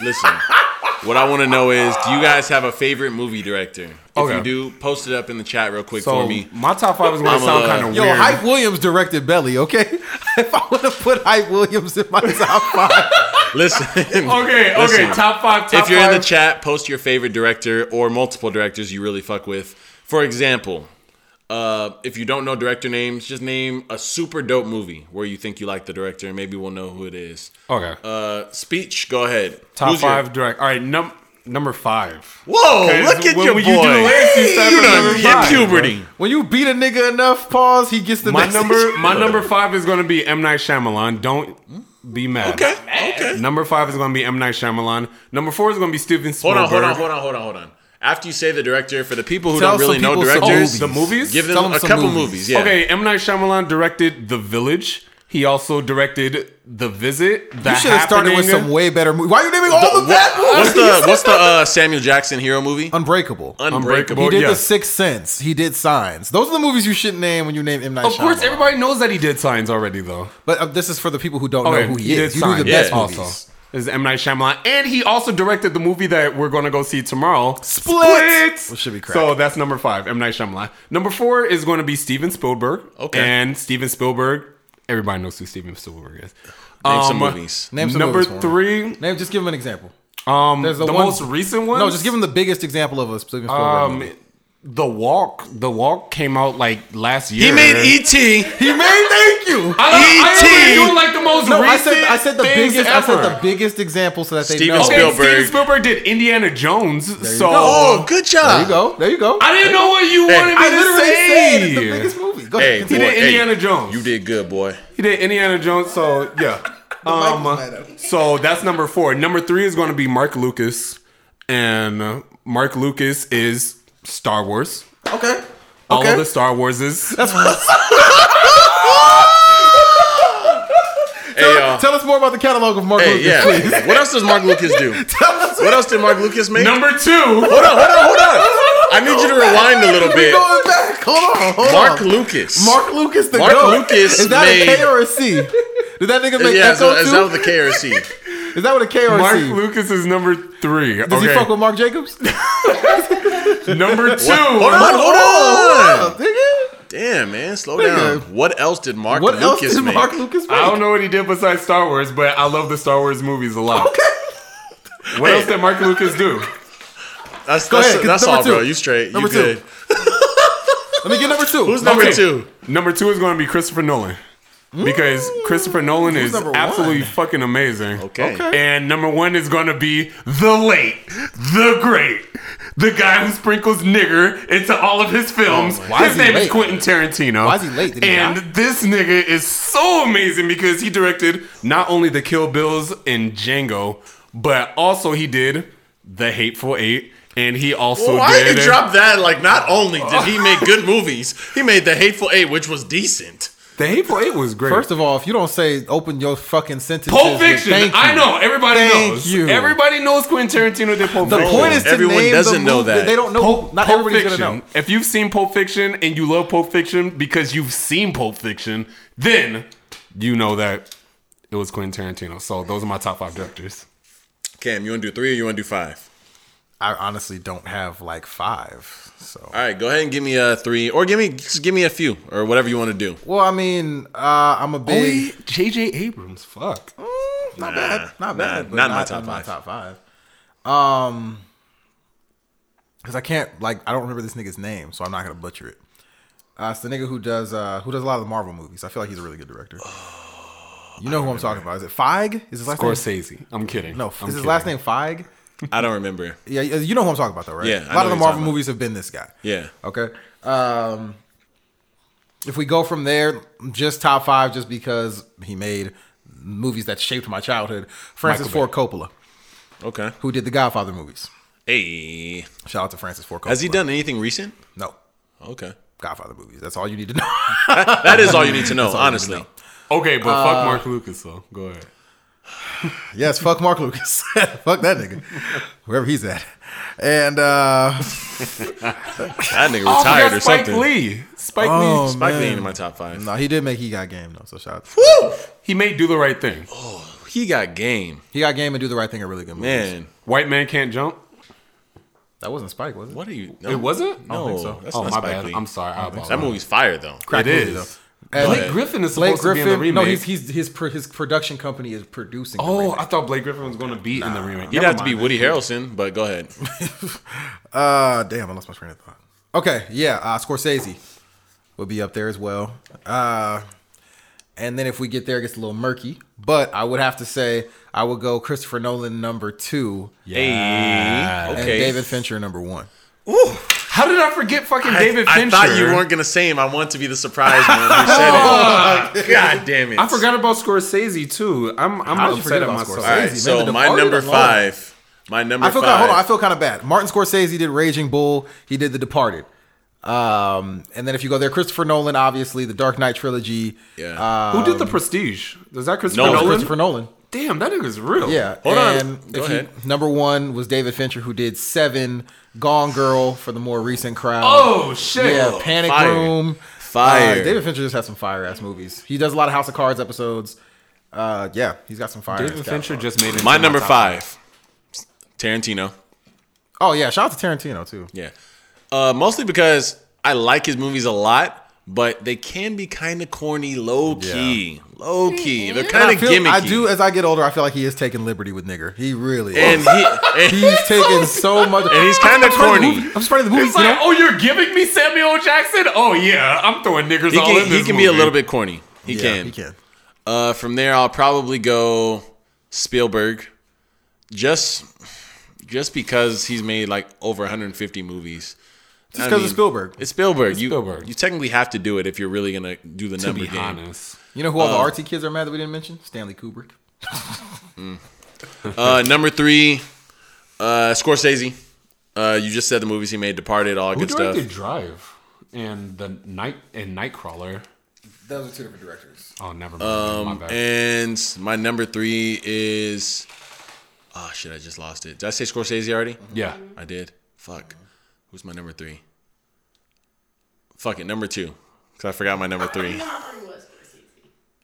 B: Listen, what I want to know is, do you guys have a favorite movie director? If
A: Okay.
B: you do, post it up in the chat real quick
A: So
B: for me.
A: my top five is going
B: I'm
A: to
B: a-
A: sound kind of
C: Yo,
A: weird.
C: Hype Williams directed Belly. Okay, if I would have put Hype Williams in my top five,
B: Listen.
A: Okay, okay.
B: Listen.
A: Top five. Top
B: if you're in the
A: five.
B: chat, post your favorite director or multiple directors you really fuck with. For example, uh, if you don't know director names, just name a super dope movie where you think you like the director, and maybe we'll know who it is.
A: okay.
B: Uh, speech, go ahead.
A: top
B: Who's your-
A: five direct. All right, num- number five.
B: Whoa,
A: 'Cause
B: look at
A: when-
B: your
A: when
B: boy.
A: you do Lance, you start
B: You
A: from
B: done
A: number
B: hit
A: five,
B: puberty.
C: When you beat a nigga enough, pause. He gets the
A: My
C: message.
A: number, my number five is going to be M Night Shyamalan. Don't be mad.
B: Okay, okay.
A: Number five is going to be M Night Shyamalan. Number four is going to be Steven
B: Hold
A: Spielberg.
B: on, hold on, hold on, hold on, hold on. After you say the director, for the people who don't
C: Tell
B: really
C: some
B: know
C: people some
B: directors,
A: the movies.
B: give
C: Tell
B: them
C: 'em
B: a
C: some
B: couple movies.
C: movies.
B: Yeah.
A: Okay, M Night Shyamalan directed The Village. He also directed The Visit. The
C: You should have started with some
A: Happening,
C: way better movie. Why are you naming all the bad movies?
B: What's the What's the uh, Samuel Jackson hero movie?
C: Unbreakable. Um,
B: Unbreakable.
C: he did
A: yeah.
C: The Sixth Sense. He did Signs. Those are the movies you should name when you name M Night.
A: Of course,
C: Shyamalan.
A: everybody knows that he did Signs already, though.
C: But uh, this is for the people who don't know who he, is. You do
A: Signs
C: the
B: yeah.
C: best movies.
A: Also, this is M Night Shyamalan, and he also directed the movie that we're going to go see tomorrow,
C: Split! Which should be crack.
A: So that's number five, M Night Shyamalan. Number four is going to be Steven Spielberg.
B: Okay.
A: and Steven Spielberg, everybody knows who Steven Spielberg is.
B: Name some movies.
C: Name some
A: number
C: movies for him.
A: three,
C: Name. Just give him an example.
A: um,
C: There's
A: the
C: one-
A: most recent one.
C: No, just give him the biggest example of a Steven Spielberg
A: Um,
C: movie.
A: the Walk. The Walk came out like last year.
B: He made E E.T.
C: He made. Thank you.
A: I, I
B: E.T..
A: only do like the most
C: No, I
A: recent.
C: said I said the
A: things
C: biggest.
A: Ever.
C: I said the biggest example so that they
B: Steven
C: know.
A: Okay,
B: Spielberg.
A: Steven Spielberg did Indiana Jones. so
B: Oh, good job.
C: There you go. There you go.
A: I didn't know what you
B: Hey,
A: wanted me
B: I
A: to
C: literally
A: say.
C: said it's the biggest movie. Go
B: Hey,
C: ahead.
B: boy,
C: continue.
A: did
B: hey,
A: Indiana Jones.
B: You did good, boy.
A: He did Indiana Jones, so yeah.
B: Uh,
A: Um, so that's number four. Number three is going to be Mark Lucas, and uh, Mark Lucas is Star Wars.
C: Okay.
A: All
C: Okay.
A: of the Star Warses.
B: Hey, y'all.
C: Tell us more about the catalog of Mark
B: uh, Hey,
C: Lucas,
B: yeah.
C: please.
B: What else does Mark Lucas do? What else did Mark Lucas make?
A: Number two.
B: Hold on, hold on, hold on. I need you to rewind a little
C: We're
B: bit.
C: going back. Hold on. Hold
B: Mark
C: on.
B: Lucas.
C: Mark Lucas. The
B: Mark
C: goat.
B: Lucas
C: Is that a
B: made-
C: K or a C? Did that nigga make
B: Yeah,
C: Echo
B: so, uh, is that
C: too?
B: with the K or a C?
C: Is that what a K or
A: Mark
C: a C?
A: Lucas is number three.
C: Does
A: okay.
C: he fuck with Mark Jacobs?
A: number two?
B: Hold on, hold on.
C: Nigga.
B: Damn, man, slow down. What else did Mark
C: What else
B: Lucas
C: did
B: make?
C: Mark Lucas make?
A: I don't know what he did besides Star Wars, but I love the Star Wars movies a lot. What else did Mark Lucas do?
B: That's, that's,
C: ahead,
B: that's
C: number
B: all, bro.
C: two.
B: You straight.
C: Number
B: you
C: two.
B: good.
C: Let me get number two.
B: Who's number
A: Okay.
B: two?
A: Number two is going to be Christopher Nolan. Because Christopher Nolan is
C: number
A: absolutely fucking amazing.
B: Okay. Okay.
A: And number one is going to be the late, the great, the guy who sprinkles nigger into all of his films.
C: Oh, Why
A: his
C: is he
A: name is
C: late?
A: Quentin Tarantino.
C: Why is he late? Did he
A: and
C: die?
A: this nigga is so amazing because he directed not only the Kill Bills and Django, but also he did the Hateful Eight. And he also
B: Well, why
A: did
B: did you drop that? Like, not only did he make good movies, he made The Hateful Eight, which was decent.
A: the Hateful Eight was great.
C: First of all, if you don't say open your fucking sentences,
A: Pulp
C: with
A: Fiction.
C: thank you.
A: I know everybody
C: Thank
A: knows.
C: you.
A: Everybody knows Quentin Tarantino did Pulp
C: The
A: Fiction.
C: point is to
B: Everyone
C: name
B: doesn't
C: the
B: know
C: movie.
B: that.
C: They don't know.
A: Pulp,
C: not
A: Pulp
C: everybody's
A: Fiction.
C: gonna know.
A: If you've seen Pulp Fiction and you love Pulp Fiction because you've seen Pulp Fiction, then you know that it was Quentin Tarantino. So those are my top five directors.
B: Cam, you want to do three or you want to do five?
C: I honestly don't have like five. So
B: All right, go ahead and give me a three, or give me just give me a few, or whatever you want to do.
C: well, I mean, uh, I'm a big.
A: J.J. Abrams. Fuck.
C: Mm, not
B: Nah,
C: bad. Not
B: nah,
C: bad. but
B: not my top five.
C: top five. Um, because I can't like I don't remember this nigga's name, so I'm not gonna butcher it. Uh, it's the nigga who does uh who does a lot of the Marvel movies. I feel like he's a really good director.
B: Oh,
C: You know who I'm talking about? Is it Feig? Is his last name?
A: Scorsese. I'm kidding.
C: No,
A: I'm
C: is
A: kidding.
C: his last name Feig?
B: I don't remember.
C: Yeah, you know who I'm talking about though, right?
B: Yeah, I
C: a
B: know who
C: lot of
B: you're
C: the
B: talking
C: Marvel
B: about.
C: movies have been this guy.
B: Yeah.
C: Okay. Um, if we go from there, just top five, just because he made movies that shaped my childhood. Francis
A: Michael
C: Ford Coppola,
B: Okay.
C: who did the Godfather movies.
B: Hey,
C: Shout out to Francis Ford Coppola.
B: has he done anything recent?
C: No.
B: Okay,
C: Godfather movies. That's all you need to know.
B: that is all you need to know,
C: all you need to
B: honestly.
C: know.
A: Okay, but fuck
C: Uh,
A: Mark Lucas, though. Go ahead.
C: yes, fuck Mark Lucas. fuck that nigga. Wherever he's at. And uh
B: That nigga retired or
A: Oh, Spike
B: something.
A: Lee. Spike
C: Oh,
A: Lee.
B: Spike Lee
C: Man.
B: ain't in my top five.
C: no, he did make He Got Game though, so shout out to
A: He may do the right thing.
B: He got game,
C: He Got Game and Do the Right Thing are really good movies.
B: man.
A: White man can't jump.
C: That wasn't Spike, was it?
B: What are you? No,
A: It wasn't.
B: No,
A: Oh,
B: that's
A: oh
B: not
A: my
B: Spike
A: bad.
B: Lee.
A: I'm sorry. I
B: that
A: apologize.
B: movie's fire though.
C: Crack
A: It
C: movie,
A: is.
C: though. As-
A: Blake Griffin is
C: Blake
A: supposed
C: Griffin.
A: to be in the remake.
C: No, he's, he's his pro- his production company is producing. the
A: oh,
C: remake.
A: I thought Blake Griffin was going to be in the remake.
B: He'd
A: Never
B: have to be
A: mind.
B: Woody Harrelson, but go ahead.
C: Uh, damn, I lost my train of thought. Okay, yeah, uh, Scorsese will be up there as well. Uh, and then if we get there, it gets a little murky. But I would have to say I would go Christopher Nolan number two
B: Hey,
C: and
B: okay.
C: David Fincher number one.
A: How did I forget fucking
B: I,
A: David
B: I
A: Fincher?
B: thought you weren't gonna say him. I want to be the surprise one who said it. Oh, God damn it!
A: I forgot about Scorsese too. I'm I'm
C: How did you
A: upset
C: forget
A: at
C: about
A: myself.
B: All right,
C: Scorsese?
B: so
C: Man, The
B: my
C: Departed
B: number
C: alone.
B: five. My number
C: I feel
B: five.
C: kind of, hold on, I feel kind of bad. Martin Scorsese did Raging Bull. He did The Departed. Um, and then if you go there, Christopher Nolan, obviously the Dark Knight trilogy.
B: yeah.
C: Uh,
A: Who did the Prestige? Is that Christopher
B: No,
C: That was
A: Nolan?
C: Christopher Nolan.
A: Damn, that nigga's real.
C: Yeah.
B: Hold on.
C: and
B: Go
C: if you-
B: ahead.
C: number one was David Fincher, who did Seven, Gone Girl for the more recent crowd.
A: Oh shit.
C: yeah, Panic
B: fire.
C: Room.
B: Fire.
C: Uh, David Fincher just has some fire ass movies. He does a lot of House of Cards episodes. Uh, yeah, he's got some fire.
A: David Fincher just made it.
B: my
A: into
B: number
A: top
B: five. Tarantino.
C: Oh yeah, shout out to Tarantino too.
B: Yeah. Uh, mostly because I like his movies a lot, but they can be kind of corny, low key, low key. They're
C: Mm-hmm. And
B: kind
C: I
B: of
C: feel-
B: gimmicky.
C: I do as I get older. I feel like he is taking liberty with nigger. He really is.
B: and he and,
C: he's taking so much.
B: and he's kind of corny.
C: I'm just part of the movie.
A: It's like, oh, you're giving me Samuel Jackson? Oh yeah, I'm throwing niggers
B: He
A: all
B: can,
A: in
B: he
A: this
B: can be a
A: movie.
B: little bit corny. He
C: yeah,
B: can.
C: He can.
B: Uh, from there, I'll probably go Spielberg, just just because he's made like over 150 movies.
C: Just
B: I
C: because
B: mean,
C: of Spielberg.
B: It's Spielberg. you
A: Spielberg.
B: you technically have to do it if you're really gonna do the
A: To
B: number
A: be
B: game.
A: honest,
C: You know who all the artsy kids are mad that we didn't mention? Stanley Kubrick.
B: Uh, number three, uh, Scorsese. Uh, you just said the movies he made, Departed, all that
A: who
B: good stuff.
A: directed Drive and the night and Nightcrawler?
C: Those are two different directors.
A: Oh, never
B: Um,
A: mind. my bad.
B: And my number three is, oh shit, I just lost it. Did I say Scorsese already?
A: yeah,
B: I did. Fuck. Who's my number three? Fuck it, number two. Because I forgot my number three.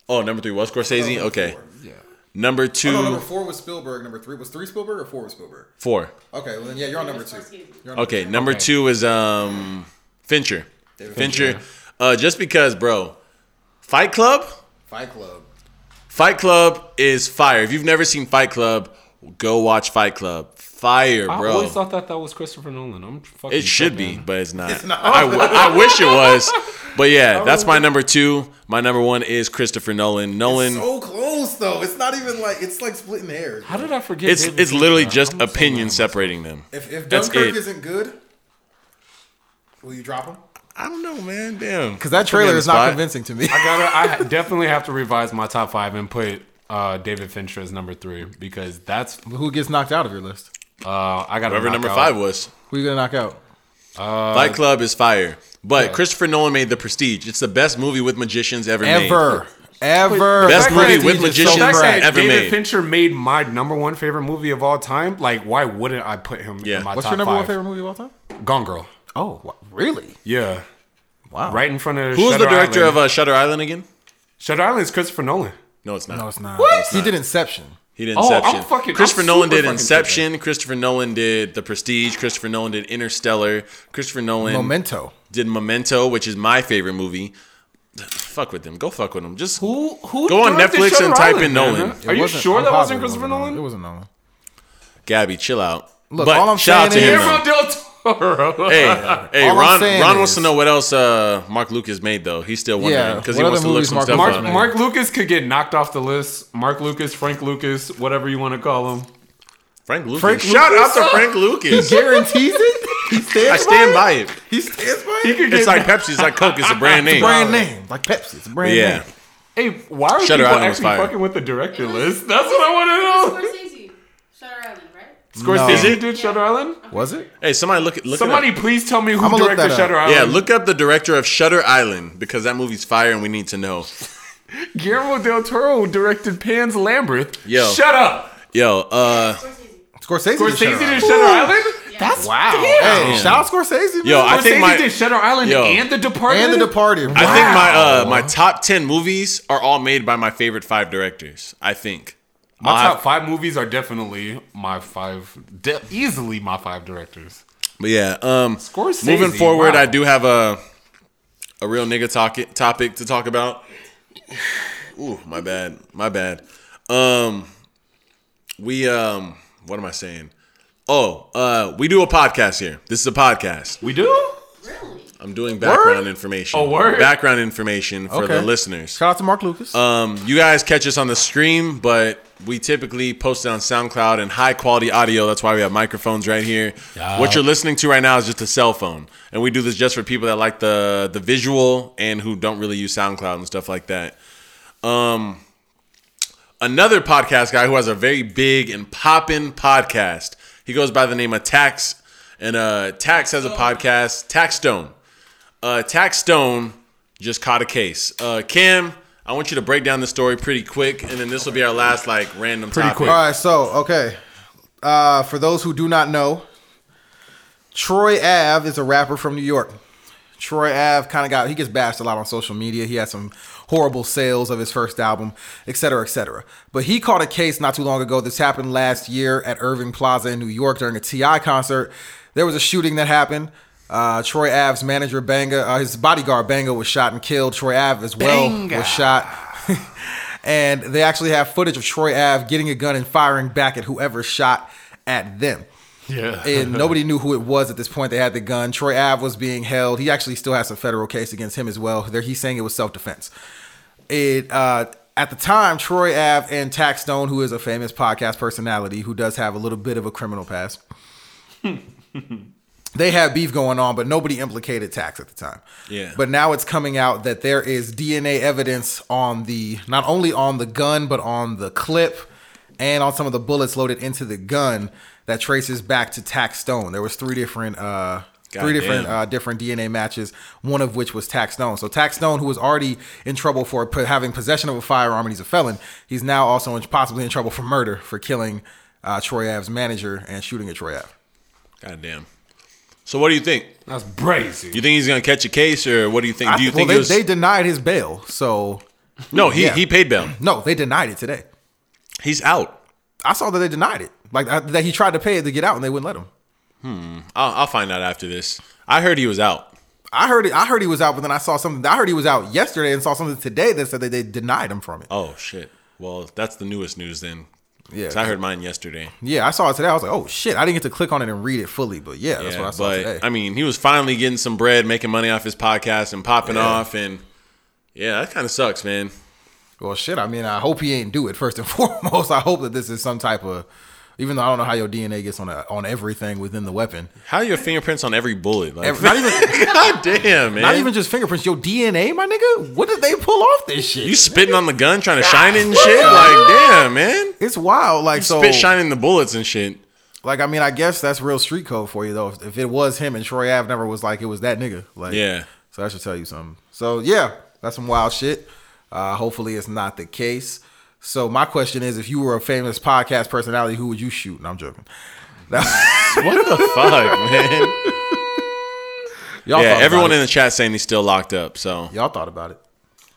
B: Oh, number three was Scorsese? Okay.
A: yeah.
B: Number two,
C: No, number four was Spielberg. Number three was three Spielberg or four was Spielberg.
B: four.
C: Okay, well then yeah, you're on number two. You're on number
B: Okay, number two is um Fincher. Fincher. Uh, just because, bro, Fight Club?
C: Fight Club.
B: Fight Club is fire. If you've never seen Fight Club, go watch Fight Club. Fire,
A: I
B: bro.
A: always thought that that was Christopher Nolan. I'm fucking.
B: It should
A: tripping.
B: be, but it's not. I, w- I wish it was. But yeah, that's my number two. My number one is Christopher Nolan. Nolan. It's
C: So close though. It's not even like it's like splitting hairs.
A: How did I forget?
B: it's,
A: David Fincher?
B: literally just
A: I'm so
B: opinion
A: mad.
B: separating them.
C: If if
B: That's
C: Dunkirk
B: it.
C: isn't good, will you drop him?
B: I don't know, man. Damn.
C: Because that trailer is not convincing to me.
A: I gotta. I definitely have to revise my top five and put uh, David Fincher as number three because that's.
C: Who gets knocked out of your list?
A: Uh, I got
B: Whoever number five was.
C: Who you gonna knock out? Uh,
B: Fight Club is fire. But Christopher Nolan made The Prestige. It's the best movie with magicians ever, made.
C: Ever, ever.
B: Best
C: That
B: movie
C: Prestige
B: with
C: is
B: magicians
A: The fact
B: Right.
A: that
B: ever
A: David
B: made.
A: Fincher made my number one favorite movie of all time. Like, why wouldn't I put him?
B: Yeah.
A: in my
C: What's
A: top
C: your number
A: five?
C: one favorite movie of all time?
A: Gone Girl.
C: Oh, wha- really?
A: Yeah,
C: Wow.
A: right in front of.
B: Who's
A: Shutter
B: the director
A: Island.
B: of uh, Shutter Island again?
A: Shutter Island? Is Christopher Nolan.
B: No, it's not.
C: No, it's not. What? He did Inception.
B: He did
A: Oh, I'm
B: Inception.
A: fucking- I'm
B: Christopher Nolan
A: super
B: did
A: fucking
B: Inception. Christopher Nolan did The Prestige. Christopher Nolan did Interstellar. Christopher Nolan
C: Memento.
B: did Memento, which is my favorite movie. Fuck with them. Go fuck with them. Just
A: Who? Who?
B: Go on
A: directed
B: Netflix and
A: Shutter
B: type
A: Island, man?
B: in Nolan.
A: Are
C: It
A: you
C: wasn't-
A: sure
C: I'm
A: that
C: positive
A: wasn't Christopher
C: it wasn't
A: Nolan?
C: It wasn't Nolan.
B: Gabby, chill out.
C: Look,
B: but
C: all I'm
B: shout out to
C: saying
B: him.
C: is-
B: though.
A: Guillermo del Toro.
B: Hey, hey,
C: All I'm
B: Ron.
C: saying
B: Ron wants
C: is-
B: to know what else uh, Mark Lucas made though. He's still wondering
C: Yeah,
B: because he
C: what
B: wants to
C: other
B: look
C: movies
B: some
C: Mark
B: stuff
C: Lucas
B: up.
A: Mark, Mark Lucas could get knocked off the list. Mark Lucas, Frank Lucas, whatever you want to call him.
B: Frank Lucas.
C: Frank
B: shout out to Frank Lucas.
C: Guarantees it. He
B: I
C: stands.
B: stand by it.
C: He stands by
A: He
C: it.
A: could get
B: It's like Pepsi. It's like Coke. It's a brand name.
C: Brand name like Pepsi. It's a brand
B: Yeah.
C: name.
A: Hey, why are
B: Shutter
A: people
B: Island was
A: actually
B: fire.
A: fucking with the director list? That's what I want to know.
E: Scorsese. Shutter Island, right?
A: Scorsese
B: No.
A: did Shutter Island.
C: Was it?
B: Hey, somebody look at look it up.
A: Somebody please tell me who
C: I'ma look
A: directed
C: that up.
A: Shutter Island.
B: Yeah, look up the director of Shutter Island because that movie's fire and we need to know.
A: Guillermo del Toro directed Pan's Labyrinth.
B: Yo.
A: shut up.
B: Yo, uh,
C: Scorsese.
E: Scorsese.
A: Scorsese
C: Shutter
A: did
C: Island.
A: Shutter Island.
E: That's
C: Wow. Hey, shout out Scorsese. Man.
B: Yo, I
A: Scorsese
B: think my-
A: did Shutter Island
B: Yo.
A: and The Department.
C: and The Departed.
B: I think
C: Wow.
B: my uh my top ten movies are all made by my favorite five directors. I think.
A: My
B: Uh,
A: top five movies are definitely my five, de- easily my five directors.
B: But yeah, um,
A: Scorsese,
B: moving forward,
A: wow.
B: I do have a a real nigga talk- topic to talk about. Ooh, my bad, my bad. Um, we um, what am I saying? Oh, uh, we do a podcast here. This is a podcast.
A: We do?
E: Really?
B: I'm doing background
A: Word?
B: information.
A: Oh, word.
B: Background information for the
C: Okay.
B: listeners.
C: Shout out to Mark Lucas.
B: Um, you guys catch us on the stream, but we typically post it on SoundCloud and high quality audio. That's why we have microphones right here. What you're listening to right now is just a cell phone, and we do this just for people that like the the visual and who don't really use SoundCloud and stuff like that. Um, another podcast guy who has a very big and poppin' podcast. He goes by the name of Tax, and uh, Tax has a podcast, Tax Stone uh, Tax Stone just caught a case. Uh, Cam, I want you to break down the story pretty quick, and then this will be our last like random
A: Pretty
B: topic.
A: quick.
C: All right, so okay. Uh, for those who do not know, Troy Ave is a rapper from New York. Troy Ave kind of got he gets bashed a lot on social media. He had some horrible sales of his first album, et cetera, et cetera. But he caught a case not too long ago. This happened last year at Irving Plaza in New York during a TI concert. There was a shooting that happened. Uh, Troy Ave's manager Banga, uh, his bodyguard Banga was shot and killed. Troy Ave as well was shot. and they actually have footage of Troy Ave getting a gun and firing back at whoever shot at them.
A: Yeah.
C: And nobody knew who it was at this point. They had the gun. Troy Ave was being held. He actually still has a federal case against him as well. There, he's saying it was self defense. It uh, at the time, Troy Ave and Tax Stone, who is a famous podcast personality who does have a little bit of a criminal past, they had beef going on, but nobody implicated Tax at the time.
B: Yeah.
C: But now it's coming out that there is DNA evidence on the not only on the gun but on the clip and on some of the bullets loaded into the gun that traces back to Tax Stone. There was three different uh
B: Goddamn.
C: three different uh, different DNA matches, one of which was Tax Stone. So Tax Stone, who was already in trouble for po- having possession of a firearm and he's a felon, he's now also in, possibly in trouble for murder for killing uh, Troy Ave's manager and shooting at Troy Ave.
B: God damn. So what do you think?
A: That's brazy.
B: You think he's gonna catch a case, or what do you think? Do you
C: well,
B: think
C: they,
B: he was?
C: they denied his bail, so
B: no, he
C: yeah.
B: he paid bail.
C: no, they denied it today.
B: He's out.
C: I saw that they denied it, like I, that he tried to pay it to get out, and they wouldn't let him.
B: I'll, I'll find out after this. I heard he was out.
C: I heard it. I heard he was out, but then I saw something. I heard he was out yesterday, and saw something today that said that they denied him from it.
B: Oh shit. Well, that's the newest news then.
C: Yeah.
B: 'Cause I heard mine yesterday.
C: Yeah, I saw it today. I was like, oh shit! I didn't get to click on it and read it fully, but yeah, that's
B: Yeah,
C: what I saw
B: but
C: today.
B: I mean, he was finally getting some bread, making money off his podcast, and popping off, and yeah, that kind of sucks, man.
C: well, shit. I mean, I hope he ain't do it first and foremost. I hope that this is some type of, even though I don't know how your DNA gets on a, on everything within the weapon.
B: How are your fingerprints on every bullet? Like,
C: Every- not even-
B: God damn, man.
C: Not even just fingerprints, your DNA, my nigga. What did they pull off this shit?
B: you spitting on the gun, trying to shine it and shit. Like, damn, man.
C: It's wild. Like so,
B: Spit shining the bullets and shit.
C: like I mean, I guess that's real street code for you though. If, if it was him and Troy Ave never was like it was that nigga. Like
B: Yeah.
C: So that should tell you something. So yeah, that's some wild shit. Uh, hopefully it's not the case. So my question is, if you were a famous podcast personality, who would you shoot? No, I'm joking.
B: What the fuck, man?
C: Y'all
B: Yeah,
C: thought
B: everyone
C: about
B: in the chat saying he's still locked up. So
C: it. y'all thought about it.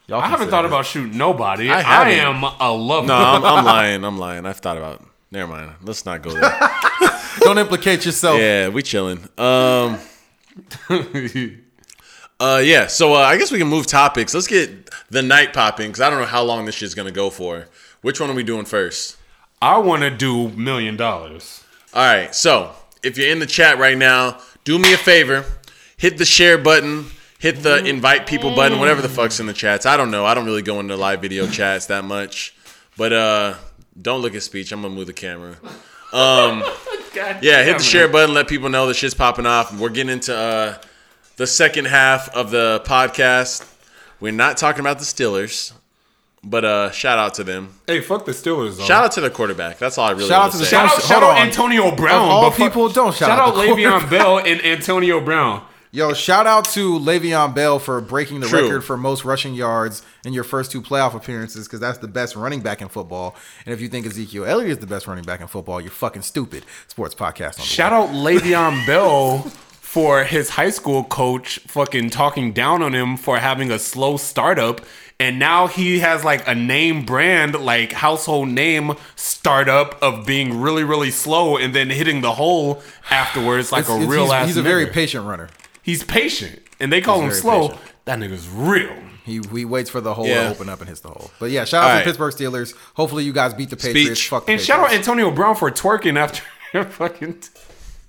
C: Y'all
A: I haven't
C: considered
A: thought
C: it.
A: about shooting nobody.
B: I
A: I,
B: haven't.
A: am a lover.
B: no, I'm, I'm lying. I'm lying. I've thought about. Never mind. Let's not go there.
C: Don't implicate yourself.
B: Yeah, we chilling. Um. Uh, yeah, so uh, I guess we can move topics. Let's get the night popping because I don't know how long this shit's gonna go for. Which one are we doing first?
A: I want to do million dollars.
B: All right. So if you're in the chat right now, do me a favor, hit the share button, hit the invite people button, whatever the fuckks in the chats. I don't know. I don't really go into live video chats that much, but uh, don't look at speech. I'm gonna move the camera.
A: God
B: Yeah,
A: damn
B: hit the
A: it.
B: share button. Let people know the shit's popping off. We're getting into uh, the second half of the podcast. We're not talking about the Steelers, but uh, shout out to them.
A: Hey, fuck the Steelers. Though.
B: Shout out to the quarterback. That's all I really
C: Shout
B: want to
C: out to the
B: say.
A: Shout out,
C: Hold
A: shout out
C: on.
A: Antonio
C: Of
A: Brown.
C: all
A: but fuck-
C: people, don't shout,
A: shout, out
C: the
A: Le'Veon
C: quarterback.
A: Bell and Antonio Brown.
C: Yo, shout out to Le'Veon Bell for breaking the
B: True.
C: record for most rushing yards in your first two playoff appearances because that's the best running back in football. And if you think Ezekiel Elliott is the best running back in football, you're fucking stupid. Sports podcast. On the
A: Shout out Le'Veon Bell for his high school coach fucking talking down on him for having a slow startup. And now he has like a name brand, like household name startup of being really, really slow and then hitting the hole afterwards like
C: It's-
A: a
C: it's-
A: real
C: he's,
A: ass.
C: he's a very
A: nigga.
C: patient runner.
A: he's patient. and they call him
C: very
A: slow.
C: patient.
A: That nigga's real.
C: He, he waits for the hole
B: Yeah.
C: to open up and hits the hole. But yeah, shout out
B: All
C: to
B: right.
C: the Pittsburgh Steelers. Hopefully you guys beat the Patriots.
B: Speech.
C: Fuck the
A: And shout out
C: Patriots.
A: Antonio Brown for twerking after fucking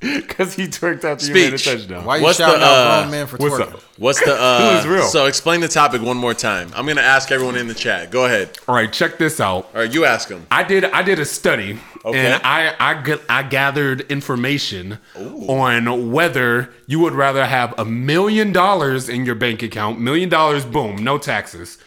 A: because he twerked after you made a
B: Speech.
A: touchdown.
C: Why you
B: What's
C: shouting
B: the,
C: out
B: uh,
C: grown men for
A: what's
C: twerking?
A: up?
B: What's the uh,
A: Who's real?
B: So explain the topic one more time. I'm gonna ask everyone in the chat. Go ahead.
A: All right, check this out.
B: All right, you ask them.
A: I did I did a study
B: Okay.
A: and I I, g- I gathered information on whether you would rather have a million dollars in your bank account, million dollars boom, no taxes,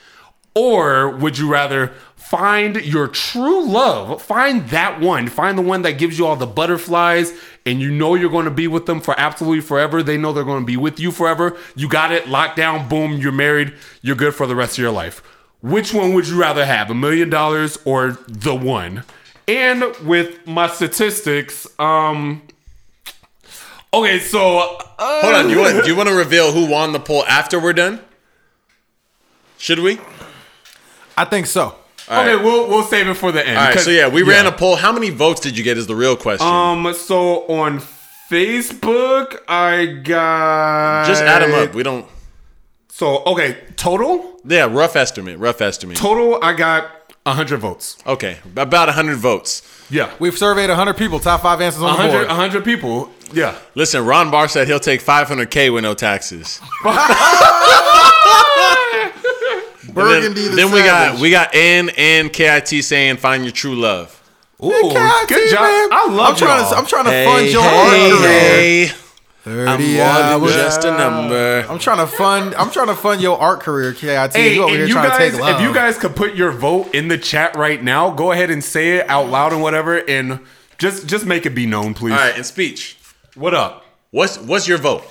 A: or would you rather find your true love, find that one, find the one that gives you all the butterflies and you know you're going to be with them for absolutely forever. They know they're going to be with you forever. You got it locked down, boom, you're married, you're good for the rest of your life. Which one would you rather have, a million dollars or the one? And with my statistics, um, okay, so uh,
B: Hold on. You want? Do you want to reveal who won the poll after we're done? Should we? All
C: I think so.
A: okay, we'll we'll save it for the end.
B: right. So yeah, we ran
A: a.
B: a poll. How many votes did you get? Is the real question.
A: Um, so on Facebook, I got
B: Just add them up. We don't.
A: So okay, total
B: Yeah, rough estimate. Rough estimate.
A: total, I got hundred votes.
B: Okay, about hundred votes.
A: Yeah,
C: We've surveyed 100 people. Top five answers on the
A: 100,
C: board.
A: 100 people. Yeah,
B: Listen, Ron Barr said he'll take 500k with no taxes. then
C: Burgundy the
B: then we got
C: Savage.
B: we got N and KIT saying find your true love.
A: Ooh,
C: God,
A: good
C: see,
A: job.
C: man.
A: I love
C: I'm trying to,
A: y'all.
C: I'm trying to fund your art career.
B: hey, I'm
C: 30
B: more
C: hours.
B: than just a number.
C: I'm trying to fund. I'm trying to fund your art career, KIT.
A: Hey,
C: you over here
A: if you
C: trying
A: guys,
C: to take love.
A: if you guys could put your vote in the chat right now, go ahead and say it out loud and whatever, and just just make it be known, please.
B: All right, in speech,
A: What up?
B: what's what's your vote?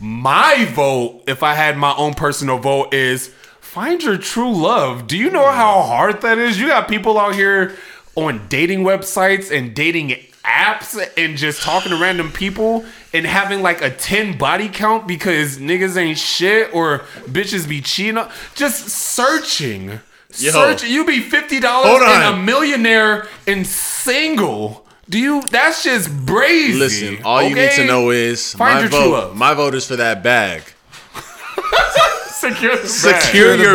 A: My vote, if I had my own personal vote, is find your true love. Do you know how hard that is? You got people out here on dating websites and dating apps and just talking to random people and having like a 10 body count because niggas ain't shit or bitches be cheating. on- Just searching.
B: Yo.
A: Search you be $50
B: Hold
A: and
B: on.
A: a millionaire and single. Do you that's just brazy.
B: Listen, all you need to
A: okay?
B: know is
A: Find
B: my
A: your true
B: vote.
A: love.
B: My vote is for that bag.
A: secure the bag.
B: Secure
C: the
B: your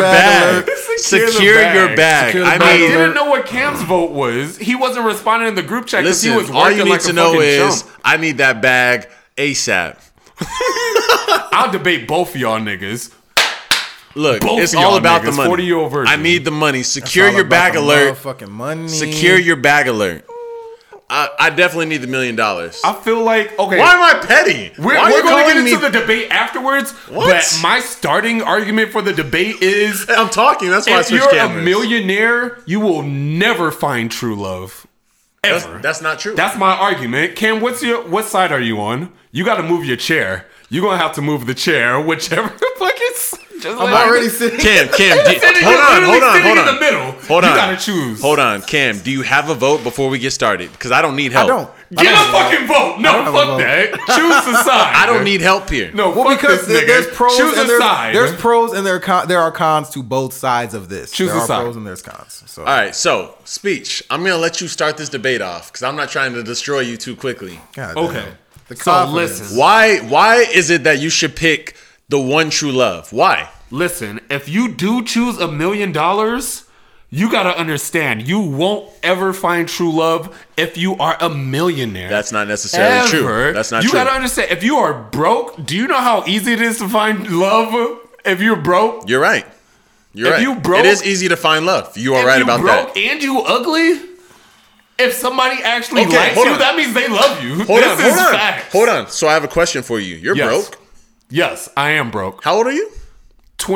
B: bag.
C: bag alert.
A: Secure
B: Secure,
A: the bag.
B: your bag.
C: Secure the
B: I
C: bag
A: I
B: mean,
C: alert.
A: didn't know what Cam's vote was. He wasn't responding in the group chat because he
B: Listen,
A: was working
B: all you need
A: like
B: to
A: a
B: know
A: fucking
B: is
A: chump.
B: I need that bag ASAP.
A: I'll debate both of y'all niggas.
B: Look,
A: Both
B: it's
A: of
B: all
A: y'all
B: about the
A: niggas,
B: money.
A: 40-year-old virgin.
B: I need the money. Secure
C: All
B: your
C: about
B: bag
C: the
B: alert.
C: motherfucking money.
B: Secure your bag alert. I, I definitely need the million dollars.
A: I feel like okay.
B: Why am I petty?
A: We're,
B: Why are
A: we're
B: you
A: going to
B: calling
A: get into
B: me-
A: the debate afterwards,
B: What?
A: but my starting argument for the debate is
B: I'm talking. That's why I
A: if
B: switched
A: you're
B: cameras.
A: a millionaire, you will never find true love.
B: that's,
A: Ever.
B: that's not true.
A: That's my argument. Cam, what's your what side are you on? You got to move your chair. You're gonna have to move the chair, whichever fucking. s- Just
C: I'm
A: like-
C: already sitting.
B: Cam, Cam, do,
A: Sitting-
B: hold on,
A: literally
B: hold on,
A: sitting
B: hold
A: in
B: on.
A: the middle.
B: Hold
A: You
B: on.
A: gotta choose.
B: Hold on, Cam. Do you have a vote before we get started? Because I don't need help.
C: I don't.
A: Get a fucking vote. No,
C: have a
A: fuck
C: vote.
A: that. Choose a side.
B: I don't need help here.
A: No,
C: Well,
A: fuck
C: because
A: this nigga.
C: there- there's pros
A: Choose
C: and
A: a
C: there's,
A: side.
C: there's pros and there are con- there are cons to both sides of this.
A: Choose
C: there
A: a
C: are
A: side.
C: pros and there's cons. So
B: All right, so speech. I'm gonna let you start this debate off because I'm not trying to destroy you too quickly.
C: God damn.
A: okay.
C: The
A: So
C: confidence.
A: listen,
B: Why? Why is it that you should pick the one true love? Why?
A: listen. If you do choose a million dollars, you gotta understand. You won't ever find true love if you are a millionaire.
B: That's not necessarily true.
A: Ever.
B: That's not
A: you
B: true.
A: gotta understand. If you are broke, do you know how easy it is to find love? If you're broke,
B: You're right. You're
A: If
B: right.
A: you broke-
B: it is easy to find love. You are
A: if
B: right
A: you
B: about
A: broke
B: that.
A: and you ugly, if somebody actually
B: Okay,
A: likes
B: hold
A: you,
B: on.
A: that means they love you.
B: Hold
A: this
B: on,
A: is
B: hold on,
A: facts.
B: hold on. So I have a question for you. You're
A: Yes.
B: broke.
A: Yes, I am broke.
B: How old are you?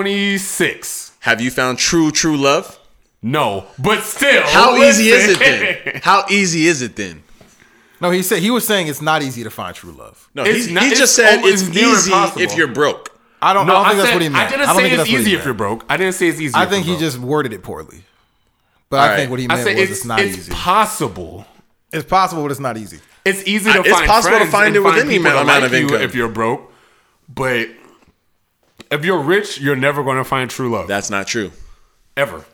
A: 26.
B: Have you found true, true love?
A: No, but still.
B: How easy is
A: listen.
B: it then? How easy is it then?
C: No, he said he was saying it's not easy to find true love.
B: No,
A: It's
B: he,
A: not-
B: he
A: it's
B: just said it's
A: almost near
B: easy
A: impossible.
B: if you're broke.
C: I don't.
A: no,
C: I don't
A: I,
C: think
A: said,
C: that's what he meant.
A: I didn't
C: don't
A: say
C: think
A: it's
C: that's what he
A: easy if
C: meant.
A: you're broke. I didn't say it's easy.
C: I
A: if
C: think
A: you're
C: he
A: broke.
C: just worded it poorly. But I
B: right.
C: think what he
A: I
C: meant
A: said
C: was
A: it's,
C: it's, not
A: it's
C: easy.
A: possible.
C: it's possible, but it's not easy.
A: It's easy to
B: It's
A: find.
B: possible to
A: friends
B: find
A: and
B: it with any
A: people that
B: amount of
A: like you
B: income.
A: if you're broke. But if you're rich, you're never going to find true love
B: That's not true.
A: ever,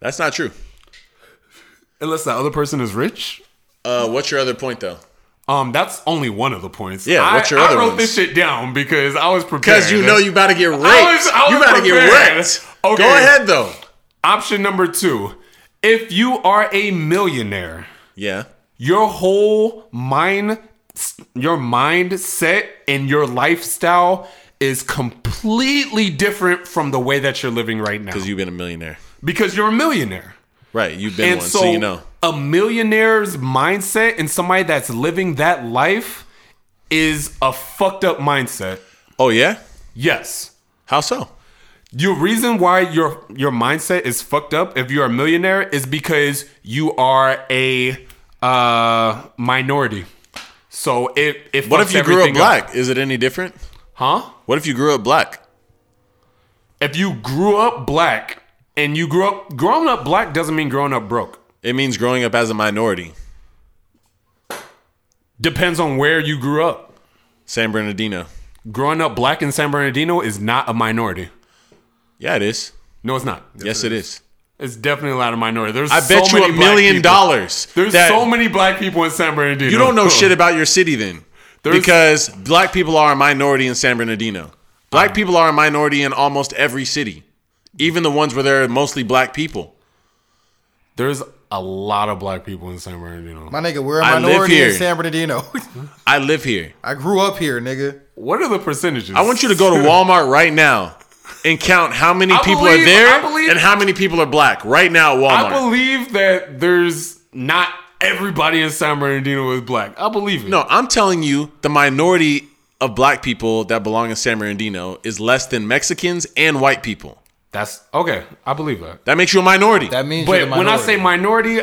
B: That's not true.
A: unless the other person is rich.
B: Uh, what's your other point though?
A: Um, that's only one of the points.
B: Yeah,
A: I,
B: what's your
A: I
B: other
A: wrote
B: ones?
A: this shit down because I was prepared.
B: Because you know you about to get raped.
A: was- I
B: you
A: was
B: about to get
A: prepared.
B: raped.
A: Okay.
B: Go ahead though.
A: Option number two: if you are a millionaire,
B: Yeah.
A: your whole mind, your mindset, and your lifestyle is completely different from the way that you're living right now
B: Because you've been a millionaire.
A: because you're a millionaire.
B: Right. You've been
A: and
B: one,
A: so,
B: so you know.
A: a millionaire's mindset and somebody that's living that life is a fucked up mindset.
B: Oh yeah?
A: Yes.
B: How so?
A: Your reason why your your mindset is fucked up if you're a millionaire is because you are a uh minority. So it it
B: What
A: fucks
B: if you grew up
A: everything
B: black? Is it any different?
A: Huh?
B: What if you grew up black?
A: If you grew up black and you grew up growing up black doesn't mean growing up broke.
B: It means growing up as a minority.
A: Depends on where you grew up.
B: San Bernardino.
A: Growing up black in San Bernardino is not a minority.
B: Yeah, it is.
A: No, it's not.
B: Yes, it is.
A: It's definitely a lot of minority. There's
B: I
A: so
B: bet you
A: many
B: a
A: black
B: million
A: people.
B: dollars.
A: There's
B: that
A: so many black people in San Bernardino.
B: You don't know shit about your city then.
A: There's-
B: because black people are a minority in San Bernardino.
A: Ah.
B: Black people are a minority in almost every city, even the ones where there are mostly black people.
A: There's a lot of black people in San Bernardino.
C: My nigga, we're a
B: I live
C: minority in
B: here.
C: San Bernardino.
B: I live here.
C: I grew up here, nigga.
A: What are the percentages?
B: I want you to go to Walmart right now and count how many
A: I
B: people
A: believe-
B: are
A: I
B: there
A: believe-
B: and how many people are black right now at Walmart.
A: I believe that there's not everybody in San Bernardino is black. I believe it.
B: no, I'm telling you, the minority of black people that belong in San Bernardino is less than Mexicans and white people.
A: that's okay. I believe that.
B: That makes you a minority.
C: That means you're
A: But
C: the
A: when I
C: minority.
A: say minority,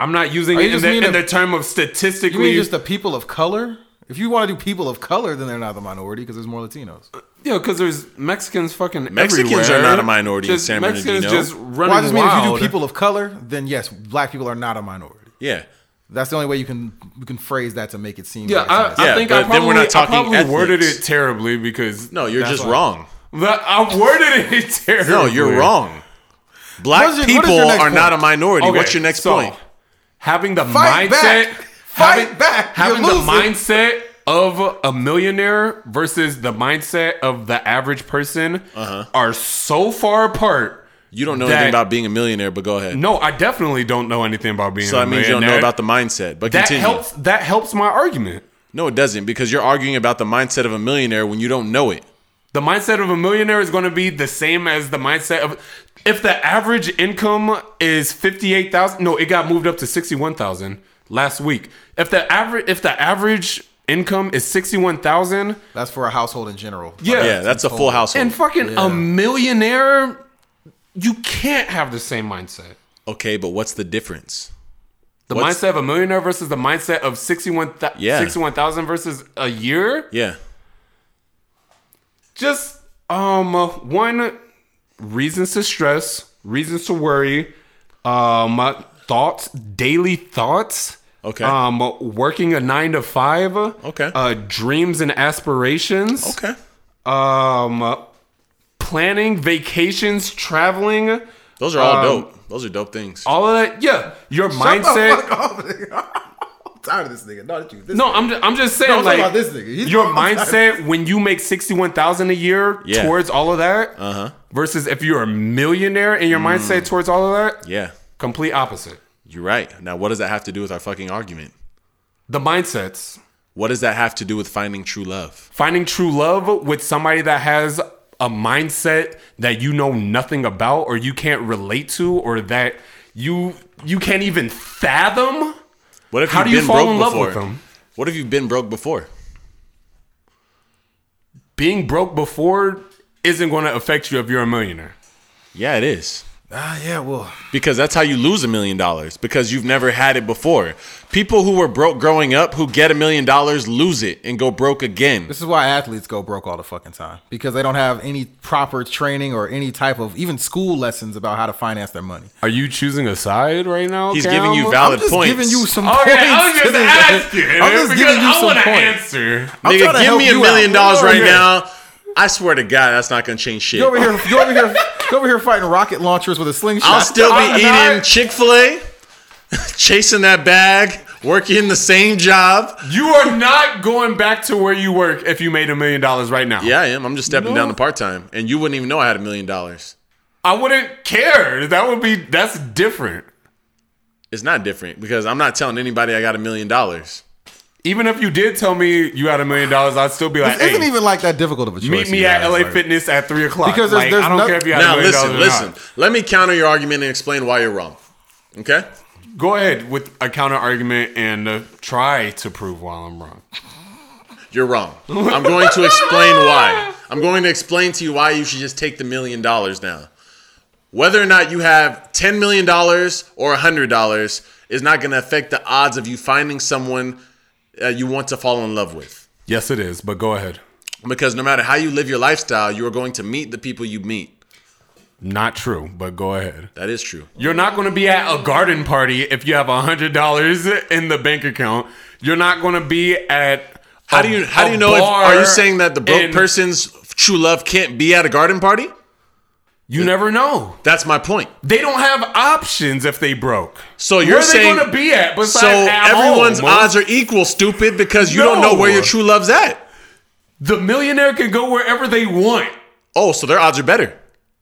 A: I'm not using
C: you
A: it in
C: just
A: the,
C: mean
A: in
C: a-
A: the term of
C: you
A: statistically.
C: mean just the people of color? If you want to do people of color, then they're not the minority because there's more Latinos.
A: yeah, because there's Mexicans fucking
B: Mexicans
A: everywhere.
B: are not a minority in
A: Just
B: San
A: Mexicans
B: Bernardino.
A: just running
C: Well, I just mean if you
A: wild.
C: do people of color, then yes, black people are not a minority.
B: yeah.
C: That's the only way you can you can phrase that to make it seem.
A: Yeah,
C: like it's
A: I,
C: not-
A: I
B: Yeah,
A: think
B: but
A: I probably,
B: then we're not talking
A: I probably
B: ethnics.
A: worded it terribly because
B: No, you're
A: that's
B: just
A: why.
B: wrong.
A: But I worded it terribly.
B: No, you're wrong. Black
C: What is your- what is your
B: people
C: next
B: are not a
C: point?
B: minority.
A: Okay,
B: What's your next
A: so,
B: point?
A: Having the
C: Fight
A: mindset,
C: back. Fight
A: having,
C: back. You're
A: having the
C: losing.
A: mindset of a millionaire versus the mindset of the average person
B: Uh-huh.
A: are so far apart.
B: You don't know
A: that-
B: anything about being a millionaire, but go ahead.
A: No, I definitely don't know anything about being.
B: so
A: a
B: that means you don't know
A: millionaire.
B: about the mindset. But
A: that
B: continue.
A: helps. That helps my argument.
B: No, it doesn't because you're arguing about the mindset of a millionaire when you don't know it.
A: the mindset of a millionaire is going to be the same as the mindset of if the average income is 58,000 no it got moved up to 61,000 last week if the average if the average income is 61,000
C: that's for a household in general.
A: Yeah.
B: Yeah, that's a full household.
A: and fucking a millionaire you can't have the same mindset
B: okay, but what's the difference?
A: the
B: What's-
A: mindset of a millionaire versus the mindset of 61,000
B: Yeah.
A: 61,000 versus a year
B: Yeah.
A: just um uh, one reasons to stress reasons to worry um uh, thoughts daily thoughts
B: Okay.
A: um uh, working a nine to five
B: Okay.
A: uh dreams and aspirations
B: Okay.
A: um uh, planning vacations traveling
B: Those are all dope. Those are dope things.
A: um, all of that yeah your mindset
C: oh, I'm tired of this nigga. Not you. This
A: no i'm just, i'm just saying
C: I'm
A: like
C: talking about this nigga. He's-
A: your
C: I'm tired of
A: mindset when you make 61,000 a year
B: Yeah. Uh-huh.
A: towards all of that versus if you're a millionaire and your
B: Mm.
A: mindset towards all of that
B: Yeah.
A: complete opposite
B: You're right. Now, what does that have to do with our fucking argument?
A: the mindsets
B: What does that have to do with finding true love?
A: finding true love with somebody that has a mindset that you know nothing about or you can't relate to or that you you can't even fathom
B: What if
A: How
B: you've
A: do you
B: been
A: fall
B: broke
A: in love
B: before?
A: with them?
B: What if you've been broke before?
A: being broke before isn't going to affect you if you're a millionaire
B: Yeah, it is.
C: Ah, yeah. Well,
B: Because that's how you lose a million dollars because you've never had it before. People who were broke growing up who get a million dollars lose it and go broke again.
C: This is why athletes go broke all the fucking time because they don't have any proper training or any type of even school lessons about how to finance their money.
A: are you choosing a side right now
B: He's giving you
A: Cam?
B: valid
C: I'm just
B: points.
C: giving you some
A: Okay,
C: points.
A: I was just
C: nigga.
A: asking.
C: I'm just
A: because
C: giving you
A: I
C: some
A: want to
C: points.
A: answer.
C: I'm trying
B: Nigga,
C: to
B: give
C: help
B: me a
C: you
B: million
C: out.
B: dollars
A: You're
B: right
A: over
B: now. I swear to God, that's not gonna change shit.
C: You over here, you over here, you over here fighting rocket launchers with a slingshot.
B: I'll still be
A: I'm
B: eating
A: not-
B: Chick Fil A, chasing that bag working the same job.
A: You are not going back to where you work if you made a million dollars right now.
B: Yeah, I am. I'm just stepping
A: No.
B: down to part time, and you wouldn't even know I had a million dollars.
A: I wouldn't care. That would be that's different.
B: It's not different because I'm not telling anybody I got a million dollars.
A: Even if you did tell me you had a million dollars, I'd still be like,
C: It
A: hey,
C: isn't even like that difficult of a choice.
A: meet
C: you
A: me at
C: guys.
A: LA
C: Like,
A: Fitness at three o'clock.
C: Because there's-
A: Like,
C: there's
A: I don't
C: no-
A: care if you had a
B: Now
A: million
B: listen,
A: dollars. Or
B: listen.
A: not.
B: Let me counter your argument and explain why you're wrong. Okay?
A: Go ahead with a counter argument and uh, try to prove while I'm wrong.
B: You're wrong. I'm going to explain why. I'm going to explain to you why you should just take the million dollars now. Whether or not you have $10 million or $100 is not going to affect the odds of you finding someone uh, you want to fall in love with.
A: Yes, it is, but go ahead.
B: Because no matter how you live your lifestyle, you are going to meet the people you meet.
A: Not true, but go ahead.
B: That is true.
A: You're not going to be at a garden party if you have a hundred dollars in the bank account. You're not going to be at
B: How do you how do you know if are you saying that the broke person's true love can't be at a garden party?
A: You never know.
B: That's my point.
A: They don't have options if they broke.
B: So
A: Where
B: you're
A: are
B: saying
A: they going to be at? Besides
B: so
A: at
B: everyone's
A: home, Mo?
B: odds are equal, stupid, because you don't
A: No.
B: know where your true love's at.
A: the millionaire can go wherever they want.
B: Oh, so their odds are better.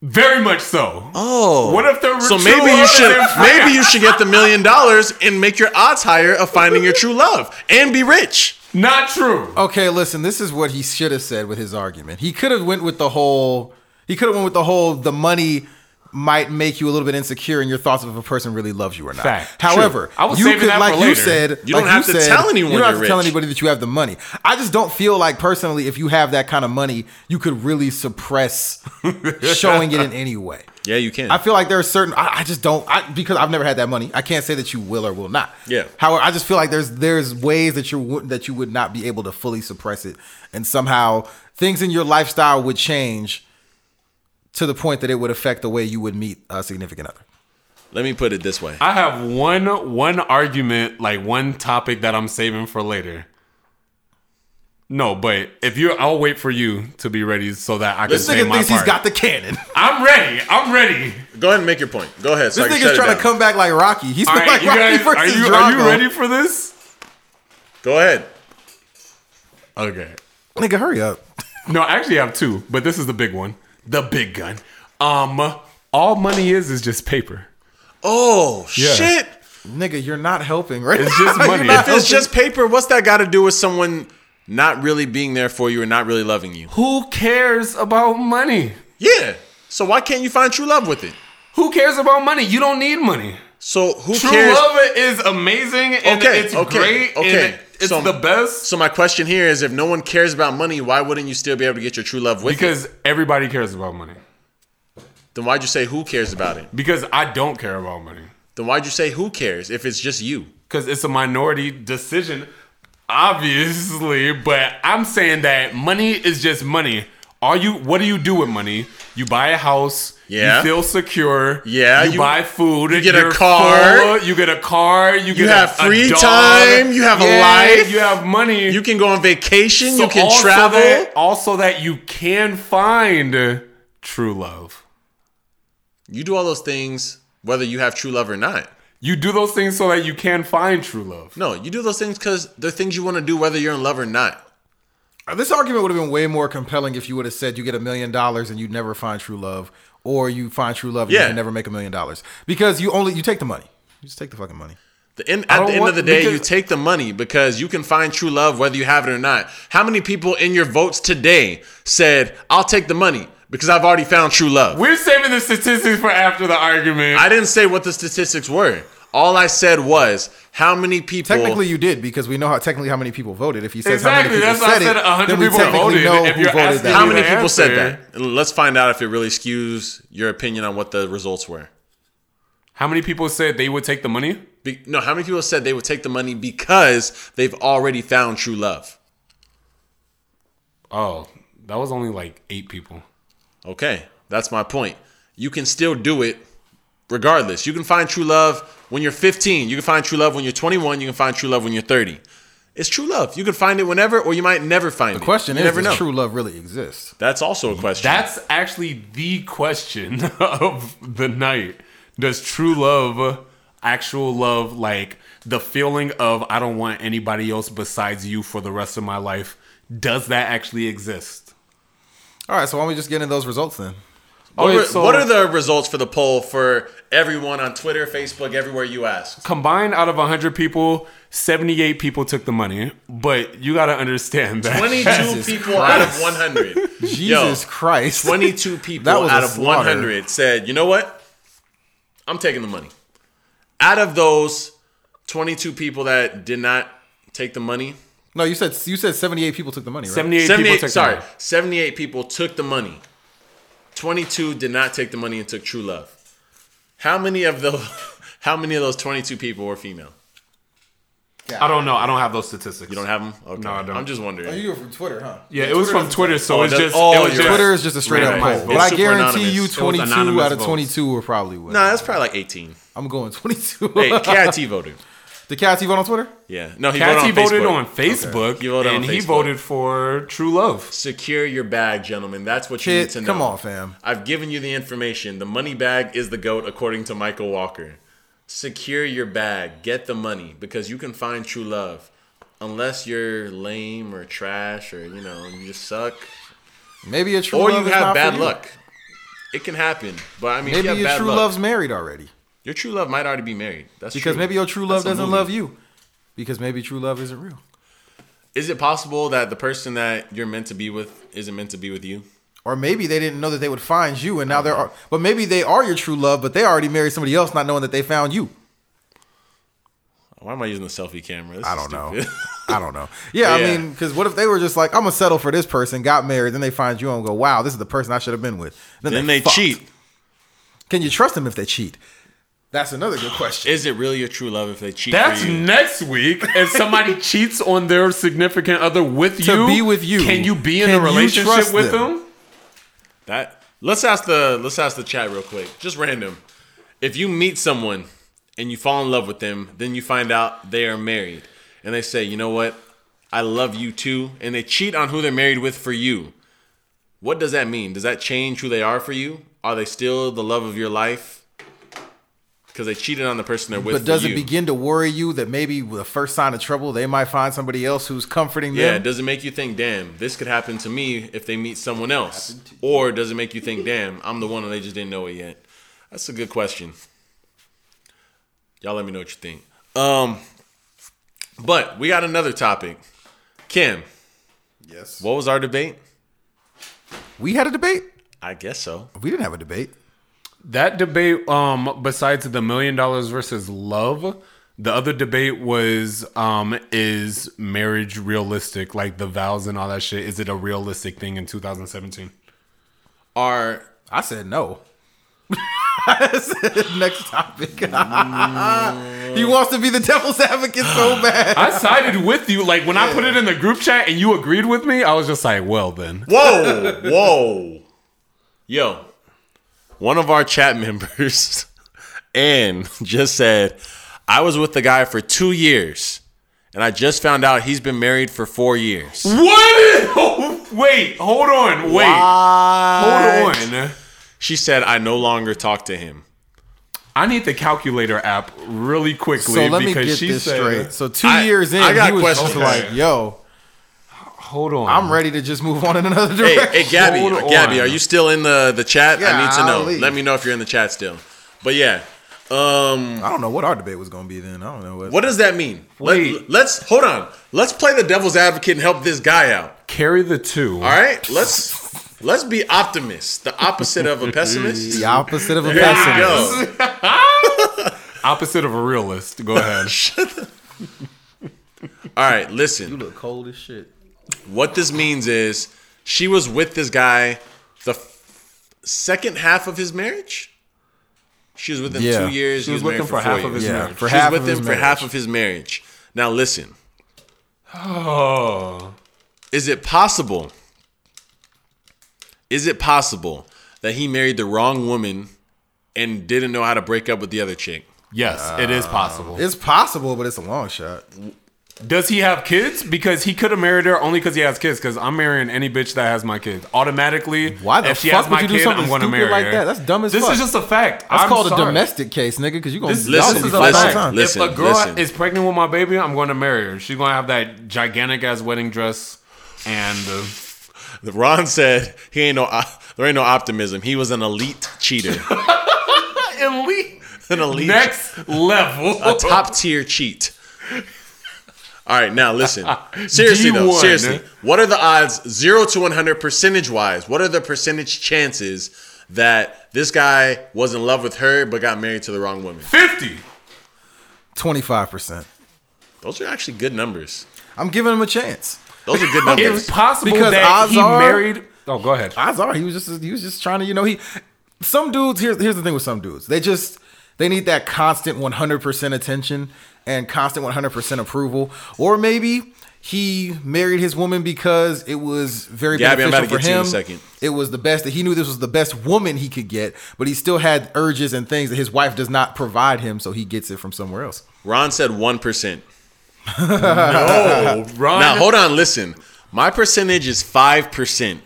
A: Very much so.
B: Oh,
A: What if they're
B: so
A: true
B: maybe you
A: love
B: should
A: is in
B: maybe you
A: France?
B: should get the million dollars and make your odds higher of finding your true love and be rich.
A: Not true.
C: Okay, listen. This is what he should have said with his argument. He could have went with the whole. He could have went with the whole. The money might make you a little bit insecure in your thoughts of if a person really loves you or not.
A: Fact.
C: However,
A: True. I was
C: you
A: saving that for
C: like you
A: later.
C: said,
B: You
C: like
B: don't have to
C: said,
B: tell anyone
C: You don't have
B: you're
C: to tell
B: rich.
C: anybody that you have the money. I just don't feel like personally, if you have that kind of money, you could really suppress showing it in any way.
B: Yeah, you can.
C: I feel like there are certain. I, I just don't. I, because I've never had that money. I can't say that you will or will not.
B: Yeah.
C: However, I just feel like there's there's ways that you would- that you would not be able to fully suppress it, and somehow things in your lifestyle would change to the point that it would affect the way you would meet a significant other.
B: Let me put it this way.
A: I have one one argument, like one topic that I'm saving for later. No, but if you, I'll wait for you to be ready so that I can
C: This
A: say
C: nigga
A: my
C: thinks he's
A: part.
C: got the cannon.
A: I'm ready. I'm ready.
B: Go ahead and make your point. Go ahead. So
C: This
B: I can
C: nigga's
B: shut it
C: trying
B: down.
C: to come back like Rocky. He's
A: All right,
C: like
A: you
C: Rocky
A: guys, are
C: versus
A: you
C: Drago.
A: are you ready for this?
B: Go ahead.
A: Okay.
C: Nigga, hurry up.
A: No, I actually have two, but this is the big one, the big gun. Um, all money is is just paper.
B: Oh
A: Yeah.
B: shit.
C: Nigga, you're not helping right
A: It's
C: now.
A: just
C: You're
A: money.
C: not
B: If it's
C: helping.
B: just paper, what's that got to do with someone not really being there for you and not really loving you?
A: Who cares about money?
B: Yeah. So why can't you find true love with it?
A: Who cares about money? You don't need money.
B: So who
A: True
B: cares?
A: love is amazing and
B: Okay,
A: it's
B: okay,
A: great
B: okay.
A: and it's
B: So-
A: the best
B: So my question here is, if no one cares about money, why wouldn't you still be able to get your true love with it?
A: because everybody cares about money.
B: Then why'd you say who cares about it?
A: Because I don't care about money.
B: Then why'd you say who cares if it's just you?
A: Because it's a minority decision, obviously. But I'm saying that money is just money. Are you? What do you do with money? You buy a house.
B: Yeah.
A: You feel secure.
B: Yeah,
A: You,
B: you-
A: buy food.
B: you get a
A: you're
B: car.
A: full, you get a car. You, get a-
B: have
A: a
B: free
A: dog.
B: time, you have a life.
A: You have money.
B: You can go on vacation.
A: So
B: you can
A: also
B: travel.
A: That, also, that you can find uh, true love.
B: you do all those things whether you have true love or not.
A: You do those things so that you can find true love.
B: No, you do those things because they're things you want to do whether you're in love or not.
C: This argument would have been way more compelling if you would have said you get a million dollars and you never find true love, or you find true love and
B: Yeah.
C: you can never make a million dollars because you only you take the money. You just take the fucking money.
B: The end, at
A: don't
B: the end
A: want-
B: of the day,
A: because-
B: you take the money because you can find true love whether you have it or not. How many people in your votes today said, "I'll take the money because I've already found true love"?
A: We're saving the statistics for after the argument.
B: I didn't say what the statistics were. All I said was how many people.
C: Technically, you did because we know how technically how many people voted. If he says
A: Exactly,
C: how many
A: that's
C: people
A: why I
C: said
A: said
C: it,
A: 100
C: then we
A: people
C: technically
A: voted.
C: know
A: If
C: who
A: you're
C: voted
A: asking
C: that.
B: how
A: me
B: many
A: the
B: people said
A: answer.
B: that? And Let's find out if it really skews your opinion on what the results were.
A: How many people said they would take the money?
B: Be- no, how many people said they would take the money because they've already found true love?
A: Oh, that was only like eight people.
B: Okay, that's my point. You can still do it regardless. You can find true love when you're 15. You can find true love when you're 21. You can find true love when you're 30. It's true love. You can find it whenever, or you might never find it.
C: The question
B: you
C: is,
B: never
C: does
B: know.
C: true love really exist?
B: That's also a question.
A: That's actually the question of the night. Does true love actual love, like the feeling of I don't want anybody else besides you for the rest of my life, does that actually exist?
C: All right, so why don't we just get into those results then?
B: What,
A: Okay,
B: were-
A: so-
B: what are the results for the poll for everyone on Twitter, Facebook, everywhere you asked?
A: Combined out of 100 people, 78 people took the money. But you got to understand that.
B: 22
C: Jesus
B: people out of 100.
C: Jesus Christ.
B: 22 people
C: That was a
B: out of
C: slaughter.
B: 100 said, you know what? I'm taking the money. Out of those 22 people that did not take the money,
C: No, you said you said 78 people took the money, right?
A: 78, people
B: 78,
A: took the
B: sorry,
A: money.
B: 78 people took the money. 22 did not take the money and took true love. How many of those, how many of those 22 people were female?
A: I don't know. I don't have those statistics.
B: You don't have them? Okay.
A: No, I don't.
B: I'm just wondering.
C: Oh, you were from Twitter, huh?
A: Yeah, it was from Twitter, so
B: Oh,
A: it's
B: that-
A: just.
B: oh,
A: it was
B: you're
A: just
B: right.
C: Twitter is just a straight up
A: Randomized
C: poll.
A: vote.
C: But I
B: Super
C: guarantee
B: anonymous.
C: you
B: It was
C: 22
A: anonymous
C: out of
A: votes.
C: 22 were probably women.
B: nah, that's probably like 18.
C: I'm going 22.
B: Hey, KIT voted.
C: Did Cassie vote on Twitter?
B: Yeah. No, he
A: Cassie
B: voted
A: voted
B: Facebook.
A: on Facebook,
B: He voted on
A: and he
B: Facebook.
A: voted for True Love.
B: Secure your bag, gentlemen. That's what you need
C: Kid,
B: to know.
C: come on, fam.
B: I've given you the information. The money bag is the goat, according to Michael Walker. Secure your bag. Get the money because you can find true love. Unless you're lame or trash or, you know, you just suck.
C: Maybe a true
B: Or you
C: love is
B: have
C: not for
B: bad
C: you.
B: luck. It can happen. But I mean, if
C: Maybe
B: you have
C: your
B: bad
C: true
B: luck,
C: love's married already.
B: your true love might already be married. That's
C: Because
B: true.
C: maybe your true love
B: That's a
C: doesn't
B: movie.
C: love you. Because maybe true love isn't real.
B: Is it possible that the person that you're meant to be with isn't meant to be with you?
C: Or maybe they didn't know that they would find you and now they're but maybe they are your true love, but they already married somebody else not knowing that they found you.
B: Why am I using the selfie camera? This
C: I
B: is
C: don't know.
B: stupid.
C: I don't know. Yeah,
B: Yeah.
C: I mean, because what if they were just like, I'm gonna settle for this person, got married, then they find you and go, wow, this is the person I should have been with.
B: then they
C: fucked.
B: cheat.
C: Can you trust them if they cheat? That's another good question.
B: Is it really your true love if they cheat?
A: That's
B: for you?
A: next week. If somebody cheats on their significant other with
C: To
A: you,
C: be with you.
A: can you be in
C: Can
A: a
C: you
A: relationship
C: trust
A: with
C: them?
A: them?
B: that. Let's ask the let's ask the chat real quick, just random. If you meet someone and you fall in love with them, then you find out they are married, and they say, "You know what? I love you too," and they cheat on who they're married with for you. What does that mean? Does that change who they are for you? Are they still the love of your life? Because they cheated on the person they're with.
C: But
B: for
C: does it
B: you.
C: begin to worry you that maybe with the first sign of trouble they might find somebody else who's comforting
B: Yeah,
C: them?
B: does it make you think, damn, this could happen to me if they meet someone else? Or does it make you think, damn, I'm the one and they just didn't know it yet? That's a good question. Y'all let me know what you think. Um But we got another topic. Kim,
C: Yes.
B: what was our debate?
C: We had a debate.
B: I guess so.
C: We didn't have a debate.
A: That debate, um, besides the million dollars versus love, the other debate was um, is marriage realistic? Like the vows and all that shit. Is it a realistic thing in 2017?
B: Our
C: I said no. I said, Next topic. he wants to be the devil's advocate
B: Ah,
C: so bad.
A: I sided with you. Like when I put it in the group chat and you agreed with me, I was just like, well then.
B: Whoa, whoa. Yo, one of our chat members, Ann, just said, I was with the guy for two years, and I just found out he's been married for four years.
A: What? Wait, hold on. Wait,
B: Why?
A: hold on.
B: She said, I no longer talk to him.
A: I need the calculator app really quickly
C: So let me
A: because
C: get
A: she
C: this
A: said,
C: straight. So two
B: I-
C: years in,
B: I got
C: he was just
B: questions. Uh-huh.
C: like, "Yo,
A: Hold on.
C: I'm ready to just move on in another
B: Hey,
C: direction."
B: hey Gabby,
A: Hold
B: Gabby,
A: on.
B: are you still in the, the chat? I need to know.
C: Golly.
B: Let me know if you're in the chat still. But yeah, um,
C: I don't know what our debate was going to be then. I don't know what.
B: what does that mean? Let,
A: Wait.
B: let's hold on. Let's play the devil's advocate and help this guy out.
A: Carry the two.
B: All right, let's let's be optimists. The opposite of a pessimist.
C: The opposite of a
B: There you
C: pessimist.
B: go.
A: Opposite of a realist. Go ahead.
B: All right, listen.
C: look cold as shit.
B: What this means is she was with this guy the f- second half of his marriage. She was with him
C: Yeah.
B: two years.
A: She
B: he
A: was with him
B: married
A: for half
B: four
A: of his
B: years.
C: Yeah,
A: marriage.
C: for
B: She was
C: half
B: with
C: of
B: him
C: his
B: for
C: marriage.
B: half of his marriage. Now listen,
A: Oh.
B: is it possible? Is it possible that he married the wrong woman and didn't know how to break up with the other chick?
A: Yes, it is possible.
C: It's possible, but it's a long shot.
A: Does he have kids? Because he could have married her only because he has kids. Because I'm marrying any bitch that has my kids automatically.
C: Why the
A: if she
C: fuck
A: has
C: would
A: my
C: you do
A: kid,
C: something
A: I'm gonna
C: stupid
A: marry
C: like
A: her.
C: that? That's dumb as
A: This
C: fuck.
A: is just a fact.
C: That's
A: I'm
C: called
A: sorry.
C: a domestic case, nigga, because you gonna
A: This,
C: y'all
A: this
C: gonna
A: is
C: be
A: a
B: listen,
C: fucked.
A: fact.
B: listen,
A: if a girl
B: listen.
A: is pregnant with my baby, I'm going to marry her. She's going to have that gigantic ass wedding dress and. Uh,
B: Ron said he ain't no there ain't no optimism. He was an elite cheater,
A: elite.
B: an elite,
A: Next level.
B: a top tier cheat. All right, now listen. Seriously though,
A: D1.
B: seriously, what are the odds zero to one hundred percentage wise? What are the percentage chances that this guy was in love with her but got married to the wrong woman?
A: 50.
C: Twenty five percent.
B: Those are actually good numbers.
C: I'm giving him a chance.
B: Those are
A: It's
B: good numbers.
A: possible
C: Because
A: that
C: odds
A: he
C: are-
A: married. Oh, go ahead.
C: odds are he was just he was just trying to you know he some dudes here's here's the thing with some dudes they just they need that constant 100% attention and constant 100% approval or maybe he married his woman because it was very
B: Gabby, I'm about to
C: beneficial for
B: get to you
C: him.
B: in a second.
C: It was the best that he knew this was the best woman he could get, but he still had urges and things that his wife does not provide him, so he gets it from somewhere else.
B: Ron said one percent.
A: Oh, Ron.
B: Now hold on, listen. My percentage is five percent.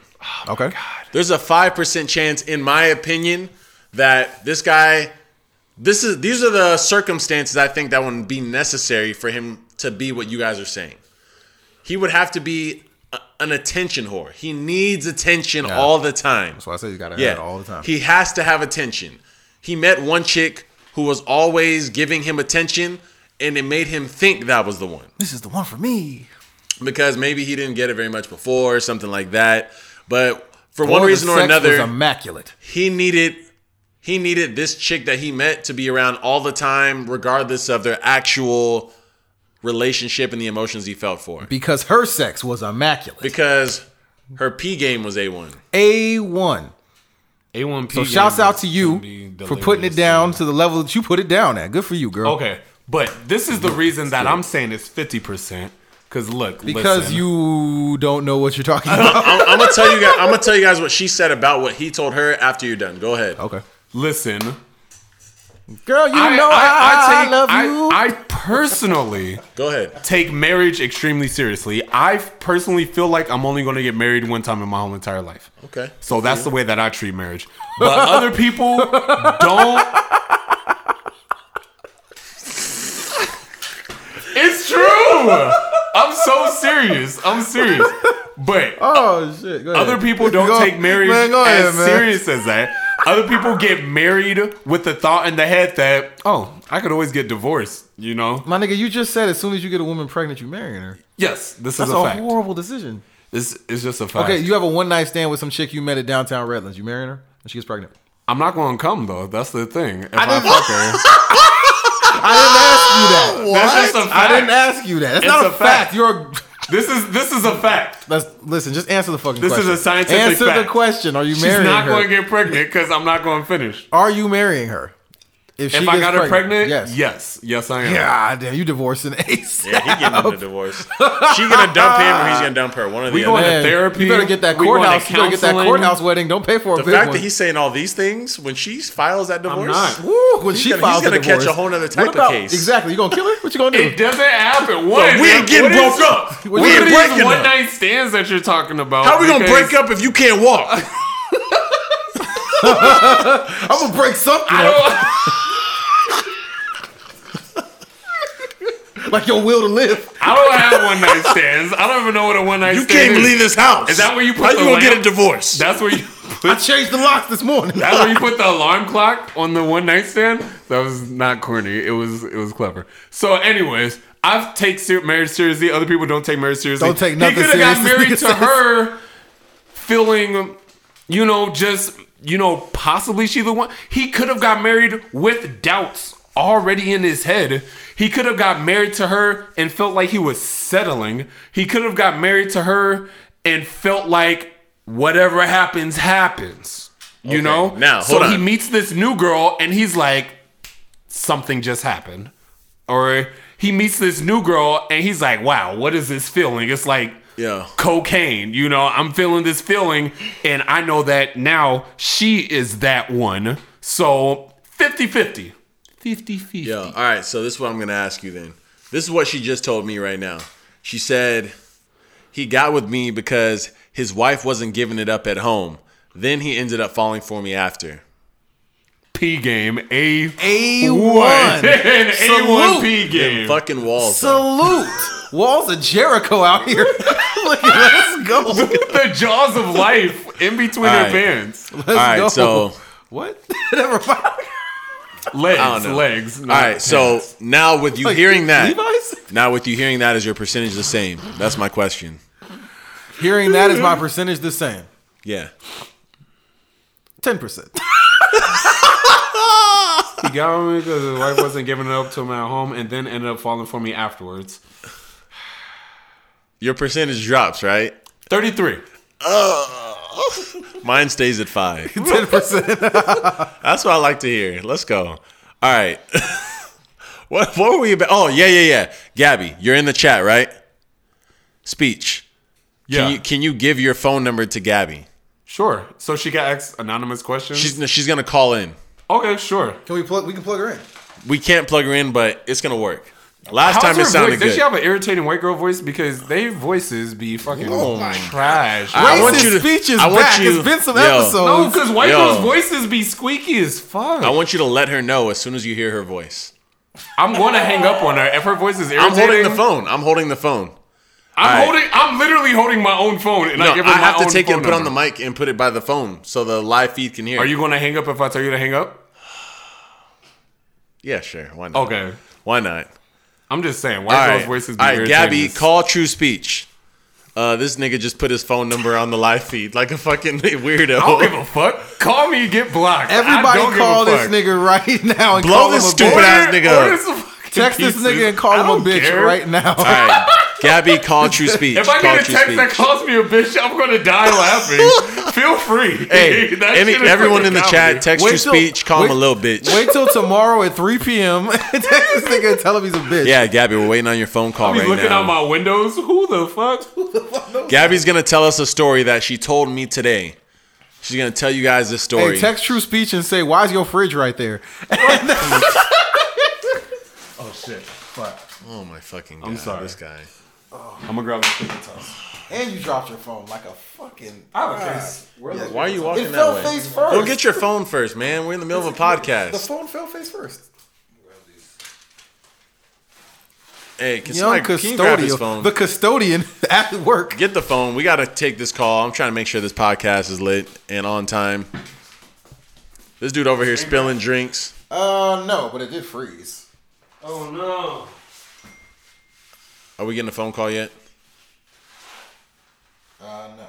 C: okay.
B: There's a five percent chance, in my opinion, that this guy, this is these are the circumstances I think that would be necessary for him to be what you guys are saying. He would have to be a- an attention whore. He needs attention all the time.
C: That's why I say you got to
B: Yeah,
C: have it all the time.
B: He has to have attention. He met one chick who was always giving him attention, and it made him think that was the one
C: this is the one for me.
B: because maybe he didn't get it very much before or something like that. But for
C: All
B: one
C: the
B: reason or
C: sex
B: another,
C: was immaculate.
B: he needed he needed this chick that he met to be around all the time, regardless of their actual relationship and the emotions he felt for.
C: because her sex was immaculate.
B: Because her P game was a one.
C: A one.
A: A1P.
C: So
A: game
C: shouts out to
A: can
C: you
A: be
C: for putting it
A: delirious.
C: down to the level that you put it down at. Good for you, girl.
A: Okay, but this is the reason that I'm saying it's 50%. Because look,
C: Because
A: listen.
C: you don't know what you're talking about.
B: I'm, I'm gonna tell you guys. I'm gonna tell you guys what she said about what he told her after you're done. Go ahead.
C: okay.
A: Listen.
C: Girl, you know I, I, love you.
A: I, I personally
B: Go ahead.
A: take marriage extremely seriously. I personally feel like I'm only going to get married one time in my whole entire life.
B: Okay.
A: So that's the way that I treat marriage. But other people don't. it's true. I'm so serious. I'm serious. But
C: oh, shit. Go ahead.
A: other people don't
C: Go-
A: take marriage
C: Man, go ahead,
A: as
C: man.
A: serious as that. Other people get married with the thought in the head that, oh, I could always get divorced, you know?
C: My nigga, you just said as soon as you get a woman pregnant, you're marrying her.
A: Yes, this
C: That's
A: is
C: a,
A: a fact.
C: horrible decision.
A: This is just a fact.
C: Okay, you have a one night stand with some chick you met at downtown Redlands. You marrying her and she gets pregnant.
A: I'm not going to come, though. That's the thing. If I fuck her,
C: I didn't ask
A: that's
C: you that.
A: just a fact.
C: I didn't ask you that. That's
A: It's
C: not a,
A: a
C: fact.
A: fact.
C: You're.
A: This is this is a fact.
C: Let's listen. Just answer the fucking.
A: This is
C: question.
A: a scientific
C: Answer the
A: fact.
C: question. Are you
A: She's
C: marrying
A: not
C: her?
A: going to get pregnant because I'm not going to finish.
C: Are you marrying her? she
A: If I
C: gets
A: got her pregnant,
C: yes.
A: yes, yes, I am.
C: God damn, you divorcing Ace.
B: Yeah, he getting a divorce. She gonna dump him or he's gonna dump her. One of the
A: We
B: other.
A: going to
C: Man,
A: therapy.
C: You better get that
A: We going to
C: courthouse. You better get that
A: counseling.
C: courthouse wedding. Don't pay for a
B: the
C: big
B: fact
C: one.
B: that he's saying all these things when she files that divorce.
A: not.
C: Woo, when she
B: gonna-
C: files
B: he's gonna
C: a divorce,
B: catch a whole nother
C: What
B: type of
C: about-
B: case.
C: Exactly. You gonna kill her? What you gonna do?
A: It doesn't happen. What?
B: we ain't getting
A: what is-
B: broke up.
A: What
B: We ain't
A: are these
B: breaking up.
A: one night stands that you're talking about?
B: How we gonna
A: Because
B: break up if you can't walk?
C: I'm gonna break something
A: I
C: up,
A: don't-
C: like your will to live.
A: I don't have one night stands. I don't even know what a one night
B: You
A: stand
B: can't
A: is.
B: leave this house.
A: Is that where you put
B: How
A: the
B: you gonna get a
A: lamp?
B: divorce?
A: That's where you.
C: I changed the locks this morning.
A: That's where you put the alarm clock on the one night stand. That was not corny. It was it was clever. So, anyways, I take ser- marriage seriously. Other people don't take marriage seriously.
C: Don't take
A: He
C: nothing
A: could have got
C: serious,
A: married
C: this
A: to
C: nigga
A: her, feeling, you know, just you know, possibly she the one. He could have got married with doubts already in his head. He could have got married to her and felt like he was settling. He could have got married to her and felt like whatever happens happens. You know?
B: now,
A: so
B: hold
A: he
B: on.
A: meets this new girl and he's like, something just happened. Or he meets this new girl and he's like, wow, what is this feeling? It's like
B: Yeah.
A: cocaine. You know, I'm feeling this feeling and I know that now she is that one. So 50 50. 50 50.
B: Yo, all right. So this is what I'm gonna ask you then. This is what she just told me right now. She said he got with me because his wife wasn't giving it up at home. Then he ended up falling for me after.
A: P game, A
C: A
A: one, an
C: one.
A: A one P
B: Them
A: game.
B: fucking walls. though.
C: Salute. Walls of Jericho out here. Look, let's go.
A: the jaws of life in between
B: All
A: her
B: right.
A: pants.
C: Let's
B: All right,
C: go.
B: so
C: what? Never mind.
B: I don't
A: Legs,
B: know.
A: legs.
B: All right, so now with you hearing that,
C: Levi's?
B: now with you hearing that, is your percentage the same? That's my question.
C: Hearing that is my percentage the same.
B: Yeah.
C: Ten percent.
A: he got with me because his wife wasn't giving it up to him at home, and then ended up falling for me afterwards.
B: Your percentage drops, right?
A: Thirty-three.
B: Mine stays at five.
C: Ten percent.
B: That's what I like to hear. Let's go. All right. what what were we about? Oh, yeah, yeah, yeah. Gabby, you're in the chat, right? Speech.
A: Yeah,
B: Can you can you give your phone number to Gabby?
A: sure. So she got asked anonymous questions.
B: She's she's gonna call in.
A: okay, sure.
C: Can we plug? We can plug her in.
B: We can't plug her in, but it's gonna work. Last
A: How's
B: time
A: her
B: it sounded
A: voice? Does
B: good.
A: she have an irritating white girl voice? Because they voices be fucking trash.
B: I want
C: Oh Racist
B: you to-
C: speech is
B: I want
C: back.
B: you-
C: it's been some
B: Yo.
A: no,
C: episodes.
A: because white
B: Yo.
A: girls' voices be squeaky as fuck.
B: I want you to let her know as soon as you hear her voice.
A: I'm going to hang up on her if her voice is
B: I'm
A: irritating.
B: holding the phone. I'm holding the phone.
A: I'm
B: All right.
A: holding. I'm literally holding my own phone, and
B: No,
A: I
B: I
A: give her my
B: have
A: own
B: to take it
A: phone
B: and put on the
A: number.
B: mic and put it by the phone so the live feed can hear.
A: Are you going to hang up if I tell you to hang up?
B: Yeah, sure. Why not?
A: Okay.
B: Why not?
A: I'm just saying. White
B: All
A: girls'
B: right,
A: voices. Be
B: All right, Gabby,
A: irritating as-
B: call True Speech. Uh, this nigga just put his phone number on the live feed like a fucking weirdo.
A: I don't give a fuck. Call me, get blocked. I don't
C: Everybody
A: give
C: call
A: a
C: this
A: fuck.
C: nigga right now and
B: Blow
C: call
B: this
C: him a
B: stupid
C: bitch.
B: ass- nigga up.
A: order some fucking
C: Text this
A: pizzas.
C: nigga and
A: I
C: call him a
A: don't
C: bitch
A: care.
C: right now.
B: All right, Gabby, call True Speech.
A: If I
B: call
A: get a
B: True
A: text that calls me a bitch, I'm gonna die laughing. Feel free.
B: Hey,
A: That
B: any,
A: shit is
B: everyone
A: fucking
B: in the
A: comedy.
B: chat, text
C: Wait
B: True
C: till-
B: Speech, call him a
C: wait-
B: little bitch.
C: Wait till tomorrow at 3 p.m. and Text this nigga and tell him he's a bitch.
B: Yeah, Gabby, we're waiting on your phone call
A: I'll be
B: right
A: looking
B: now.
A: out my windows. Who the fuck?
B: Gabby's gonna tell us a story that she told me today. She's gonna tell you guys this story.
C: Hey, text True Speech and say, "Why is your fridge right there?"
A: Oh shit. Fuck.
B: oh my fucking god!
A: I'm sorry.
B: This guy.
A: I'm gonna grab this chicken toss.
C: And you dropped your phone like a fucking.
A: I have a face.
B: Why are you walking
C: It
B: that
C: fell
B: way?
C: face first.
B: Go get your phone first, man. We're in the middle of a
C: The
B: podcast.
C: phone fell face first.
B: Hey, can
C: Young
B: somebody can you grab his
C: custodian,
B: phone?
C: the custodian at work.
B: Get the phone. We got to take this call. I'm trying to make sure this podcast is lit and on time. This dude over here spilling drinks.
C: Uh, no, but it did freeze.
A: Oh no.
B: Are we getting a phone call yet?
C: Uh, no.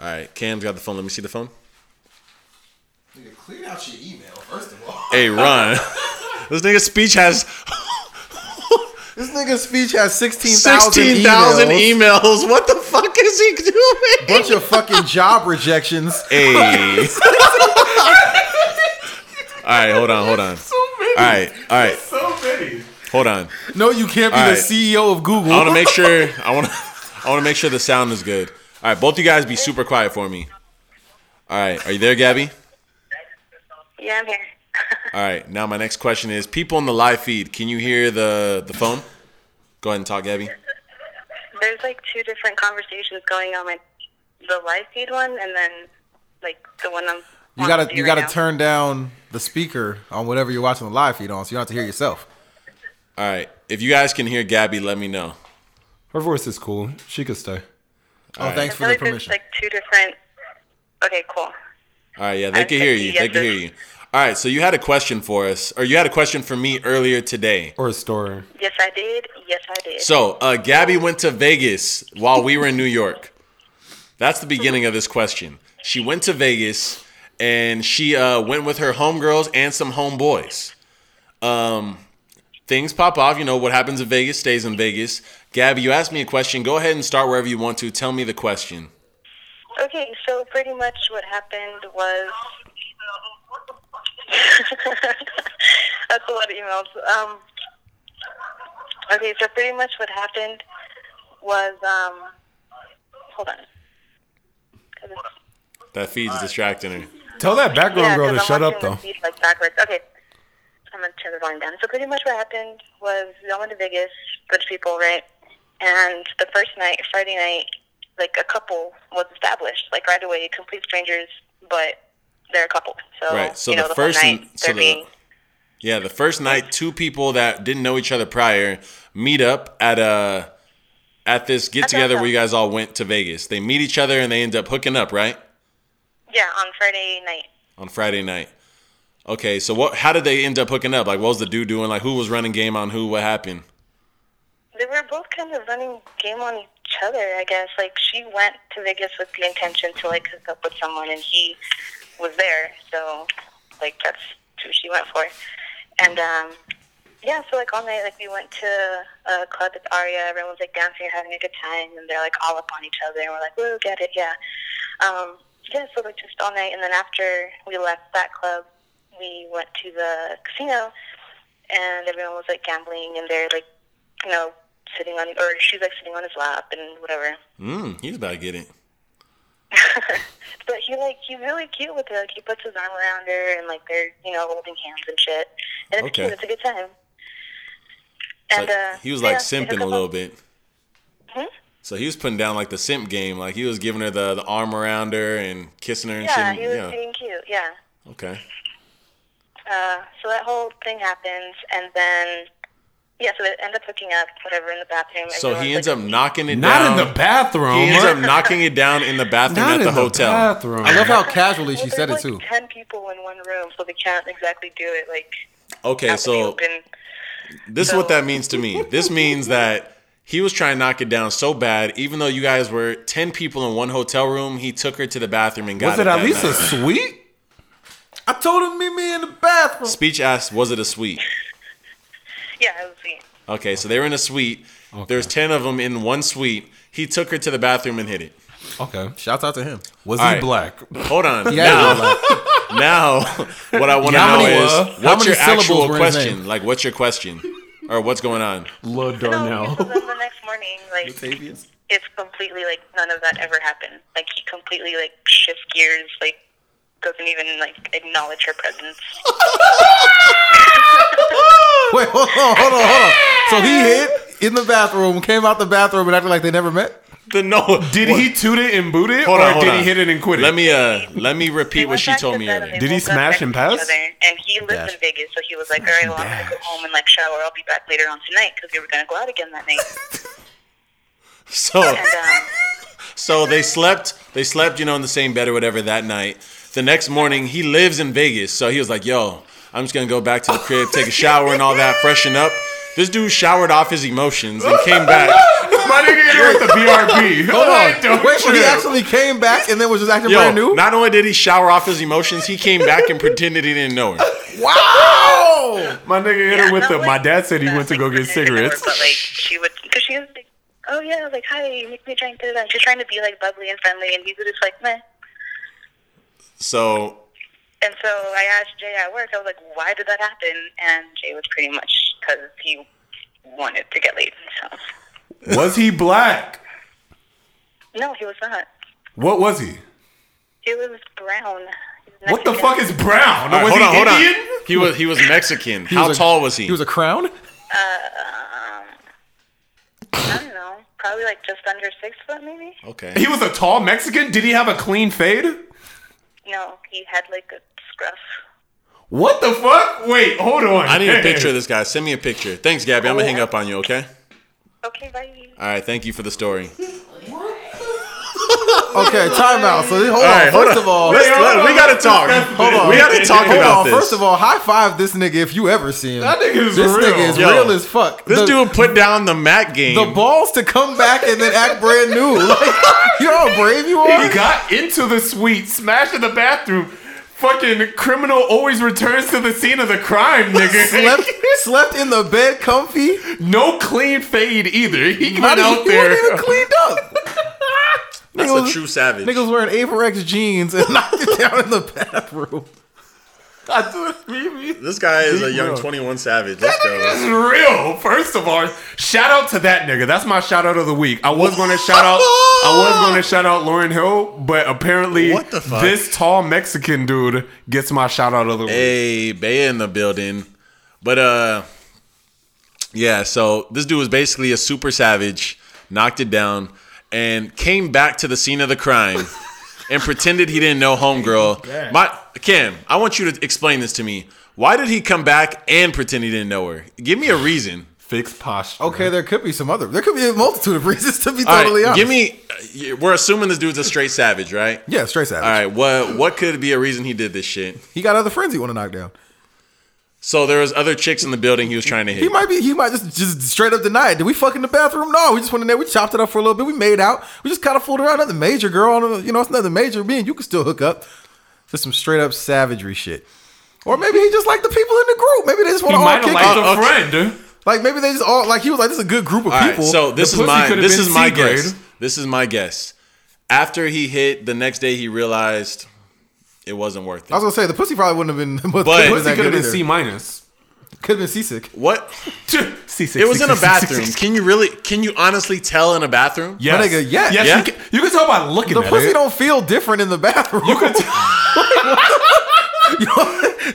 B: All right, Cam's got the phone. Let me see the phone.
C: Nigga, clean out your email first of all.
B: Hey, Ron. this nigga's speech has
C: This nigga's speech has sixteen thousand
B: 16,000
C: emails.
B: emails. What the fuck is he doing?
C: Bunch of fucking job rejections.
B: Hey. all right, hold on, hold on.
A: So many.
B: All right, all right,
A: So many.
B: hold on.
C: No, you can't be
B: All
C: the
B: right.
C: CEO of Google.
B: I want to make sure. I want. to. I want to make sure the sound is good. All right, both you guys be super quiet for me. All right, are you there, Gabby?
F: Yeah, I'm here.
B: All right. Now my next question is: People in the live feed, can you hear the the phone? Go ahead and talk, Gabby.
F: There's like two different conversations going on, like the live feed one and then like the one I'm.
C: you
F: on
C: gotta
F: to do
C: you
F: right
C: gotta
F: now.
C: turn down the speaker on whatever you're watching the live feed on, so you don't have to hear yourself.
B: All right. If you guys can hear Gabby, let me know.
A: Her voice is cool. She could stay.
C: Oh, thanks
F: I
C: for
F: feel
C: the
F: like
C: permission.
F: there's like two different. Okay, cool.
B: All right. Yeah, they can hear you. They can hear you. All right. So you had a question for us, or you had a question for me earlier today.
A: Or a story.
F: Yes, I did. Yes, I did.
B: So uh, Gabby went to Vegas while we were in New York. That's the beginning of this question. She went to Vegas and she uh, went with her homegirls and some homeboys. Um, things pop off. You know what happens in Vegas stays in Vegas. Gabby, you asked me a question. Go ahead and start wherever you want to. Tell me the question.
F: Okay, so pretty much what happened was. That's a lot of emails. Um, okay, so pretty much what happened was. Um, hold on. 'Cause it's-
B: That feed's distracting her.
A: Tell that background
F: Yeah,
A: girl to
F: 'cause I'm
A: shut up
F: watching the
A: though.
F: feed, Like backwards. Okay, I'm gonna turn it volume down. So pretty much what happened was we all went to Vegas, good people, right? And the first night, Friday night, like a couple was established, like right away, complete strangers, but they're a couple. So
B: Right, so
F: you know,
B: the
F: the,
B: first-
F: whole night
B: so
F: they're
B: the-
F: being
B: Yeah, the first night, two people that didn't know each other prior meet up at a at this get together where you guys all went to Vegas. They meet each other and they end up hooking up, right?
F: yeah on Friday night.
B: On Friday night. Okay, so what? How did they end up hooking up? Like, what was the dude doing? Like, who was running game on who? What happened?
F: They were both kind of running game on each other, I guess. Like she went to Vegas with the intention to like hook up with someone, and he was there, so like that's who she went for. And um, yeah, so like all night, like we went to a club at Aria. Everyone was like dancing, having a good time, and they're like all up on each other, and we're like, "Woo, get it, yeah." Um, yeah, so like just all night, and then after we left that club, we went to the casino, and everyone was like gambling, and they're like, you know, sitting on, or she's like sitting on his lap and whatever.
B: Mm, he's about to get it.
F: But he like he's really cute with her. Like, he puts his arm around her and like they're you know holding hands and shit. And it's
B: Okay.
F: cute. It's a good time.
B: It's
F: And
B: like-
F: uh,
B: he was like
F: yeah, they hook
B: simping a
F: up
B: little
F: on-
B: bit.
F: Mhm.
B: So he was putting down like the simp game. Like he was giving her the, the arm around her and kissing her and
F: Yeah,
B: shit.
F: he was
B: yeah.
F: being cute. Yeah.
B: Okay.
F: Uh, so that whole thing happens, and then yeah, so they end up hooking up, whatever, in the bathroom.
B: So he
F: Everyone's,
B: ends
F: like,
B: up knocking it
A: Not
B: down.
A: in the bathroom.
B: He ends up um, knocking it down in the bathroom
A: Not
B: at
A: in
B: the hotel.
A: bathroom.
C: I love how casually
F: well,
C: she said it
F: there's,
C: too.
F: like, Ten people in one room, so they can't exactly do it like
B: Okay,
F: out in the
B: so
F: open.
B: this is what that means to me. This means that he was trying to knock it down so bad, even though you guys were ten people in one hotel room. He took her to the bathroom and got
A: Was it
B: that
A: at least a
B: night.
A: suite?
C: I told him meet me in the bathroom.
B: Speech asked, "Was it a suite?"
F: Yeah, it was sweet.
B: Okay, so they were in a suite. There's ten of them in one suite. He took her to the bathroom and hit it.
A: Okay.
C: Shouts out to him.
A: Was
B: All
A: he
B: right.
A: black?
B: Hold on.
C: Yeah,
B: now,
C: like,
B: now, what I want to
C: How
B: know
C: many-
B: is
C: uh, how
B: what's
C: many
B: your actual
C: syllables were in his
B: question?
C: name?
B: Like, what's your question, or what's going on?
A: Lord
B: Oh,
F: No, because then the next morning, like it's completely like none of that ever happened. Like he completely like shifts gears, like doesn't even like acknowledge her presence.
C: wait, hold on, hold on, hold on. So he hid in the bathroom, came out the bathroom, and acted like they never met.
B: The no.
A: Did he toot it and boot it,
B: Hold
A: or
B: on, hold
A: did
B: on.
A: he hit it and quit it?
B: Let me uh let me repeat
F: They
B: what
F: went
B: she
F: back
B: told
F: to
B: me
F: bed and
B: earlier.
F: they
A: Did he
F: woke up
A: smash
F: next
A: and
F: to each
A: pass?
F: other, And he lives in Vegas, so he was like, "All right, well, I'm gonna go home and like shower. I'll be back later on tonight because we were gonna go out again that night."
B: So
F: And um,
B: so they slept they slept, you know, in the same bed or whatever that night. The next morning he lives in Vegas, so he was like, Yo, I'm just gonna go back to the crib, take a shower and all that, freshen up. This dude showered off his emotions and came back.
A: My nigga hit her with the BRB.
C: Hold
A: Like,
C: on.
A: don't
C: Wait, so he
A: trip.
C: actually came back and then was just acting
B: Yo,
C: brand new.
B: not only did he shower off his emotions, he came back and pretended he didn't know her.
C: wow.
A: My nigga hit
F: yeah,
A: her with
F: not,
A: the.
F: like,
A: My dad said he
F: not,
A: went to
F: like,
A: go get
F: pretending to know her,
A: cigarettes.
F: But like she would, because she was like, "Oh yeah, like hi, make me a drink." da-da-da." She's trying to be like bubbly and friendly, and he's just like, "Meh."
B: So
F: And so I asked Jay at work, I was like, why did that happen? And Jay was pretty much because he wanted to get laid. So,
A: Was he black?
F: no, he was not.
A: What was he?
F: He was brown.
A: What the fuck is brown?
B: all right,
A: was
B: hold
A: he
B: on, hold
A: Indian?
B: on. He was he was Mexican. How
C: was a-
B: tall was he?
C: He was a crown.
F: I don't know. Probably like just under six foot, maybe?
B: okay.
A: He was a tall Mexican. Did he have a clean fade?
F: No, he had like a scruff.
A: What the fuck? Wait, hold on.
B: I need a picture of this guy. Send me a picture. Thanks, Gabby. I'm gonna hang up on you, okay?
F: Okay, bye.
B: All right, thank you for the story.
C: Okay, timeout. So hold on.
B: hold
C: First
B: on.
C: of all,
B: Let's- let- we gotta talk.
A: Hold
B: We gotta talk
C: Hold
B: about
C: on.
B: this.
C: First of all, high five this nigga if you ever see him.
A: That nigga is
C: this
A: real.
C: nigga is
B: Yo,
C: real as fuck.
B: This
C: The-
B: dude put down the Mac game.
C: the balls to come back and then act brand new. Like, you know how brave you are.
A: He got into the suite, smashed in the bathroom. Fucking criminal always returns to the scene of the crime, nigga.
C: slept slept in the bed, comfy.
A: No clean fade either. He
C: Not
A: went
C: even,
A: out
C: he wasn't even
A: there.
C: cleaned up.
B: That's
C: nigga was-
B: a true savage.
C: Niggas wearing Apex jeans and knocked it down in the bathroom.
B: this guy is a young
C: Bro.
B: 21 savage. Let's
A: That's
B: go.
A: real. First of all, shout out to that nigga. That's my shout out of the week. I was going to shout out. I was going to shout out Lauren Hill, but apparently,
B: What the fuck?
A: this tall Mexican dude gets my shout out of the week.
B: Hey, Baya in the building. But uh, yeah. So this dude was basically a super savage, knocked it down, and came back to the scene of the crime, and pretended he didn't know homegirl. My Cam, I want you to explain this to me. Why did he come back and pretend he didn't know her? Give me a reason.
A: Fixed posture.
C: Okay, there could be some other. There could be a multitude of reasons to
B: All
C: be
B: right,
C: totally honest.
B: give me. uh, We're assuming this dude's a straight savage, right?
C: Yeah, straight savage.
B: All right. What what could be a reason he did this shit?
C: He got other friends he want to knock down.
B: So there was other chicks in the building he was trying to hit.
C: He might be. He might just just straight up deny it. Did we fuck in the bathroom? No, we just went in there. We chopped it up for a little bit. We made out. We just kind of fooled around. Nothing major, girl. I don't- You know, it's nothing major. Me and you can still hook up. Just some straight up savagery shit. Or maybe he just liked the people in the group. Maybe they just want
A: He
C: to all
A: might have
C: kick like,
A: liked
B: it.
A: a
B: Oh, okay.
A: friend.
C: like maybe they just all like he was like this is a good group of
B: All right,
C: people.
B: so this
A: The
B: is
A: pussy
B: my
A: could've
B: this
A: been
B: is my
A: C grade.
B: guess. This is my guess. After he hit, the next day he realized it wasn't worth
C: I was
B: it.
C: gonna say the pussy probably wouldn't have been. But
B: But-
A: Pussy could have been C
C: C.
A: minus.
C: Could have been seasick.
B: What?
A: C6.
B: It was in a bathroom. Can you really? Can you honestly tell in a bathroom?
A: Yes.
C: My nigga, yes.
A: Yes,
B: Yeah.
A: You, can, you can tell by looking
C: The
A: at
C: pussy
A: it.
C: don't feel different in the bathroom.
A: you can tell.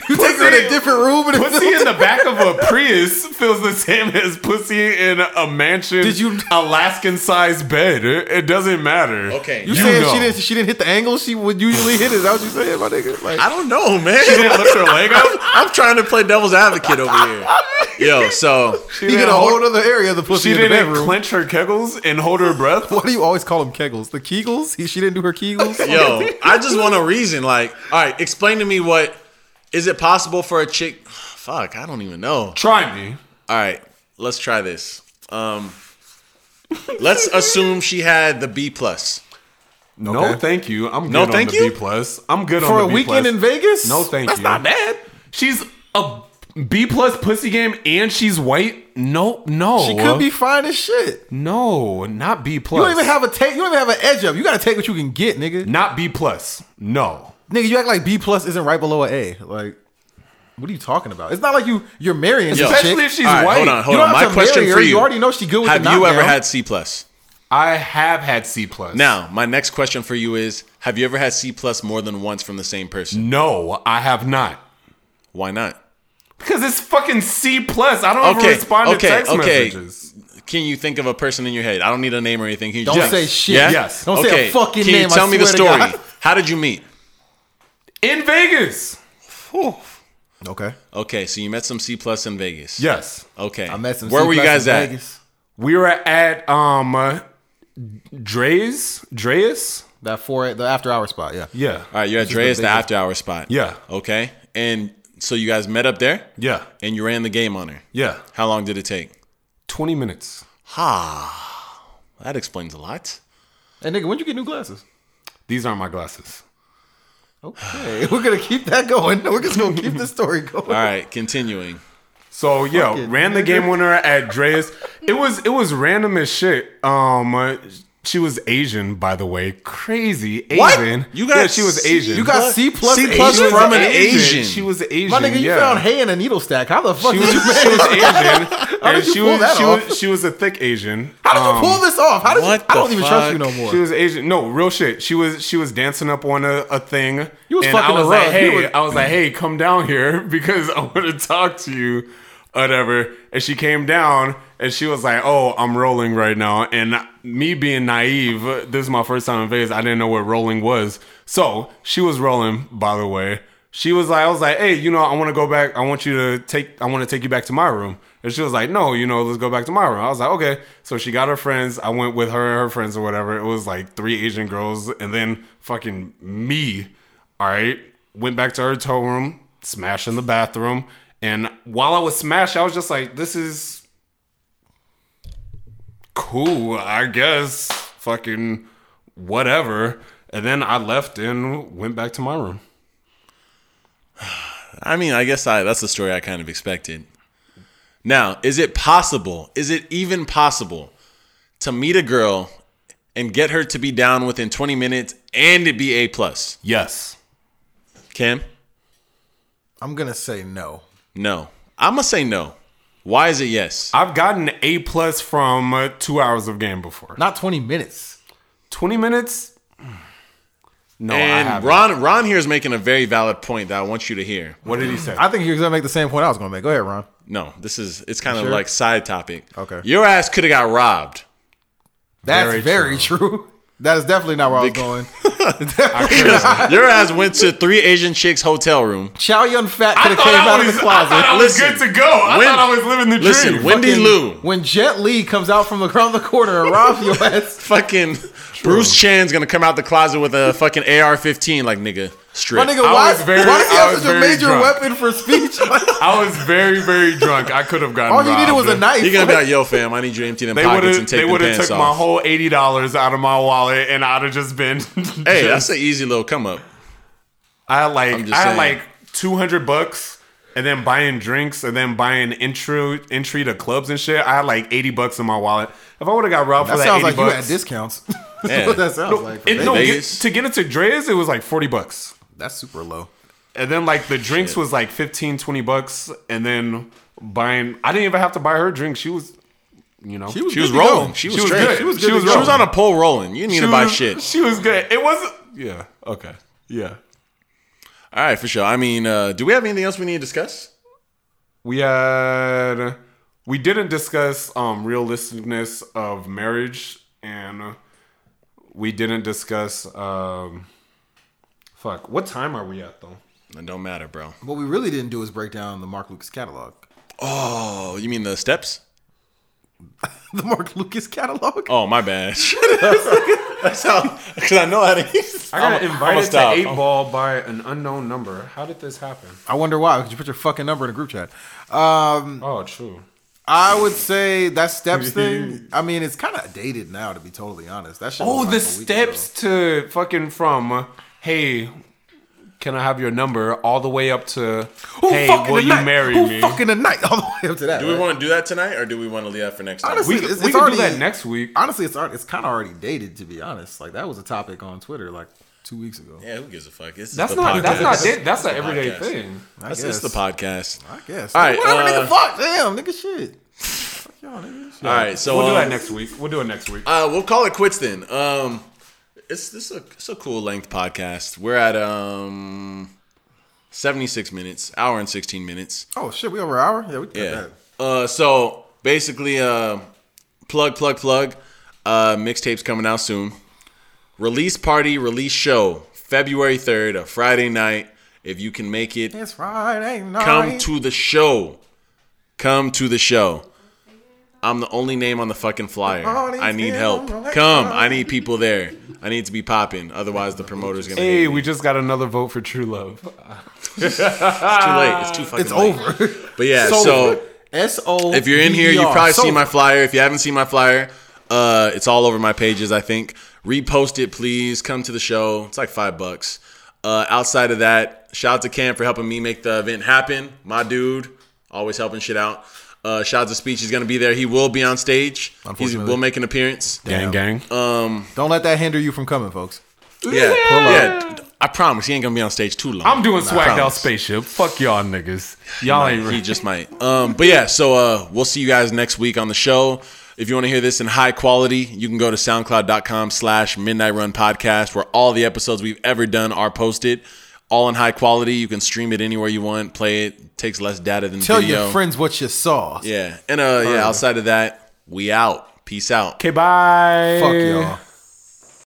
C: You take her in a
A: Pussy-
C: different room and it
A: Pussy
C: feels
A: in the back of a Prius feels the same as pussy in a mansion,
C: Did you-
A: Alaskan-sized bed. It, it doesn't matter.
B: Okay.
C: You,
A: You
C: saying
A: know.
C: she didn't she didn't hit the angle she would usually hit? Is that what you saying, my nigga? Like
B: I don't know,
A: She
B: man.
A: didn't lift her leg up.
B: I'm trying to play devil's advocate over here. Yo, so
A: She
C: you get
A: didn't
C: a whole
A: hold.
C: other area of the pussy
A: She
C: in the
A: didn't
C: bedroom.
A: clench her kegels and hold her breath.
C: Why do you always call them kegels? The kegels? He, she didn't do her kegels.
B: Yo, I just want a reason. Like, all right, explain to me what is it possible for a chick? Fuck, I don't even know.
A: Try me.
B: All right, let's try this. Um, let's assume she had the B plus.
A: No,
C: Okay.
A: thank you. I'm good
B: No,
A: on
B: thank
A: the
B: you?
A: B plus. I'm good
C: for
A: on
C: a
A: the B
C: weekend
A: plus.
C: in Vegas.
A: No, thank
C: That's
A: you.
C: Not bad.
A: She's a B plus pussy game and she's white. No, no.
C: She could be fine as shit.
A: No, not B plus.
C: You don't even have a take. You don't even have an edge up. You gotta take what you can get, nigga.
A: not B plus. No.
C: Nigga, you act like B plus isn't right below an A. Like, what are you talking about? It's not like you you're marrying this
B: Yo.
C: chick.
A: Especially if she's
B: All right,
A: white.
B: hold on,
C: you
B: hold
C: don't
B: on.
C: have
B: My
C: to
B: question
C: marry her.
B: for you:
C: You already know she good with
B: Have
C: the
B: you ever
C: knockdown.
B: had C plus?
A: I have had C plus.
B: Now, my next question for you is: Have you ever had C plus more than once from the same person?
A: No, I have not.
B: Why not?
A: Because it's fucking C plus. I don't
B: Okay,
A: even respond
B: okay,
A: to text
B: okay.
A: messages.
B: Can you think of a person in your head? I don't need a name or anything. Can you
C: Don't
B: just-
C: say shit.
B: Yeah?
A: Yes.
C: Don't say a fucking
B: Can
C: name,
B: you
C: I
B: tell me the
C: swear to
B: story?
C: God.
B: How did you meet?
A: In Vegas.
C: Okay.
B: Okay, so you met some C plus in Vegas.
A: Yes.
B: Okay.
C: I met some.
B: Where
C: C
B: were you
C: plus
B: guys
C: in
B: at?
C: Vegas.
A: We were at um uh, Dre's Dre's.
C: That four the after hour spot. Yeah.
A: Yeah.
B: All right, you're at
C: is the
B: Dre's, the
C: biggest-
B: after hour spot.
A: Yeah.
B: Okay. And so you guys met up there
A: Yeah.
B: and you ran the game on her.
A: Yeah.
B: How long did it take?
A: Twenty minutes.
B: Ha. That explains a lot.
C: Hey nigga, when'd you get new glasses?
A: These aren't my glasses.
C: Okay, we're gonna keep that going. We're just gonna keep this story going.
B: All right, continuing.
A: So yeah,
C: Fucking
A: ran the
C: nigga.
A: game winner at Dre's. It was it was random as shit. Um, uh, she was Asian, by the way, crazy
B: What?
A: Asian.
B: You got
A: yeah, she was
B: C-
A: Asian.
C: You got
B: What?
C: C plus
B: C plus
C: Asian?
B: from an Asian.
A: She was Asian.
C: My nigga, you
A: yeah.
C: found hay in a needle stack. How the fuck
A: She
C: did
A: was,
C: you,
A: she was Asian, and
C: did you
A: she
C: pull that
A: was she
C: off?
A: was she was a thick Asian.
C: how did you
A: Um,
C: pull this off? How did you,
B: what
C: I don't
B: the
C: even trust you
B: fuck?
C: no more.
A: She was Asian. No, real shit. She was she was dancing up on a, a thing.
C: You was
A: and
C: fucking
A: I was
C: her
A: like,
C: up. You
A: hey,
C: was-
A: I was like, hey, come down here because I want to talk to you, whatever. And she came down and she was like, oh, I'm rolling right now. And me being naive, this is my first time in Vegas. I didn't know what rolling was. So she was rolling, by the way. She was like, I was like, hey, you know, I want to go back. I want you to take, I want to take you back to my room. And she was like, no, you know, let's go back to my room. I was like, okay. So she got her friends. I went with her and her friends or whatever. It was like three Asian girls and then fucking me. All right. Went back to her hotel room, smashed in the bathroom. And while I was smashed, I was just like, this is cool, I guess. Fucking whatever. And then I left and went back to my room.
B: I mean, I guess I that's the story I kind of expected. Now, is it possible? Is it even possible to meet a girl and get her to be down within 20 minutes and it be A plus?
A: Yes.
B: Cam?
C: I'm gonna say no.
B: No. I'ma say no. Why is it yes?
A: I've gotten A plus from uh, two hours of game before.
C: Not 20 minutes.
A: 20 minutes? No, I
B: and
A: haven't.
B: Ron, Ron here is making a very valid point that I want you to hear.
A: what did he say?
C: I think you're gonna make the same point I was gonna make. Go ahead, Ron.
B: No, this is it's kind of like side topic.
C: Okay.
B: your ass could have got robbed.
C: That's
A: Very
C: very, true. That is definitely not where I was going.
B: Your ass went to three Asian chicks hotel room.
C: Chow Yun Fat
A: I
C: could have
A: thought
C: came
A: I
C: out of
A: was-
C: the
A: I thought
C: closet.
A: I was
B: Listen,
A: good to go. I
B: when-
A: thought I was living the
B: listen,
A: dream.
B: Wendy
C: Fucking-
B: Lou.
C: When Jet Li comes out from around the corner and robs your ass,
B: Fucking Bruce Chan's gonna come out the closet with a fucking AR-15, like nigga. Strip.
C: my nigga, why,
A: was very-
C: why does he
A: I
C: have
A: was
C: such a
A: very
C: major
A: drunk.
C: weapon for speech?
A: I was very, very drunk. I could have gotten.
C: All you needed was a
A: robbed.
C: knife.
B: You're gonna be like, yo, fam, I need you to empty them
A: They would
B: pockets
A: have.
B: and
A: They
B: take the
A: would have
B: pants
A: took
B: off.
A: my whole eighty dollars out of my wallet, and I'd have just been.
B: hey,
A: just-
B: that's an easy little come up.
A: I had like
B: I'm
A: I
B: just
A: had
B: saying.
A: like two hundred bucks, and then buying drinks, and then buying intro entry to clubs and shit. I had like eighty bucks in my wallet. If I would have got robbed
C: that
A: for that
C: sounds
A: eighty
C: like you had
A: bucks,
C: discounts.
B: Yeah.
C: That's what that sounds like. for
A: it,
C: me.
A: no, get,
B: Vegas.
A: to get into Dre's, it was like forty bucks,
C: That's super low.
A: and then like the drinks was like 15, 20 bucks, and then buying. I didn't even have to buy her drink. She was, you know,
B: She was rolling. She was,
A: She was
B: straight.
A: good.
B: She was,
A: She was
B: she was on
A: rolling.
B: a pole rolling. You didn't need to buy
A: was-
B: shit.
A: She was good. It wasn't. Yeah. Okay. Yeah.
B: All right, for sure. I mean, uh, do we have anything else we need to discuss?
A: We had we didn't discuss um realisticness of marriage and we didn't discuss um fuck what time are we at though?
B: It don't matter, bro.
C: What we really didn't do is break down the Mark Lucas catalog.
B: Oh, you mean the steps?
C: The Mark Lucas catalog.
B: Oh, my bad. That's how, because I know how to use
A: I got
B: I'ma- I'ma
A: invited to
B: stop.
A: eight ball by an unknown number. How did this happen?
C: I wonder why. Because you put your fucking number in a group chat. Um,
A: Oh, true.
C: I would say that steps thing. I mean, it's kind of dated now, to be totally honest. That shit was
A: Oh,
C: like
A: the
C: a week ago.
A: steps to fucking from hey. Can I have your number all the way up to
C: Who
A: hey?
C: fucking
A: Will you
C: tonight?
A: marry
C: Who
A: me?
C: fucking tonight? All the way up to that.
B: Do we
C: right?
B: want to do that tonight, or do we want to leave that for next time?
C: Honestly,
A: we
C: it's,
A: we
C: it's
A: can do
C: already,
A: that next week.
C: Honestly, it's already, it's kind of already dated, to be honest. Like that was a topic on Twitter like two weeks ago.
B: yeah, who gives a fuck? This is
A: That's
B: the
A: not. That's
B: podcast.
A: not. That's, that's an
B: the
A: everyday
B: podcast.
A: thing.
B: That's it's the
C: guess.
B: podcast.
C: I guess.
B: All right,
C: Whatever,
B: uh,
C: nigga. Fuck, damn, nigga, shit. Fuck y'all, nigga. Shit.
B: All right, so
A: We'll do that
B: um,
A: next week. We'll do it next week.
B: Uh, we'll call it quits then. Um, it's this is a it's a cool length podcast. We're at um seventy six minutes, hour and sixteen minutes.
C: Oh shit, we over an hour? Yeah, we cut
B: Yeah.
C: that.
B: Uh, so basically, uh, plug, plug, plug. Uh, mixtapes coming out soon. Release party, release show, February third, a Friday night. If you can make it,
C: It's Friday night.
B: come to the show. Come to the show. I'm the only name on the fucking flyer. I need help. Come. I need people there. I need to be popping. Otherwise, the promoter's gonna.
A: hey,
B: Hey,
A: we just got another vote for True Love.
B: it's too late. It's too fucking.
C: uh, It's
B: late.
C: over.
B: But yeah,
C: So-
B: so
C: S O.
B: If you're in here, you
C: B E R.
B: probably
C: So-
B: see my flyer. If you haven't seen my flyer, uh, it's all over my pages. I think repost it, please. Come to the show. It's like five bucks. Uh, outside of that, shout out to Cam for helping me make the event happen. My dude, always helping shit out. Uh, shout out to Speech. He's gonna be there. He will be on stage. He
C: Unfortunately.
B: will make an appearance.
A: Gang, gang.
C: Don't let that hinder you from coming, folks.
B: Yeah, yeah. I promise he ain't gonna be on stage too long.
A: I'm doing swagged out
B: promise.
A: spaceship. Fuck y'all niggas. Y'all ain't
B: He
A: ready.
B: just might. Um, but yeah, so uh, we'll see you guys next week on the show. If you want to hear this in high quality, you can go to soundcloud.com slash midnight run podcast where all the episodes we've ever done are posted. All in high quality. You can stream it anywhere you want, play it. takes less data than
C: Tell
B: video.
C: your friends what you saw.
B: Yeah. And uh, yeah, outside of that, we out. Peace out.
A: Okay, bye.
C: Fuck y'all.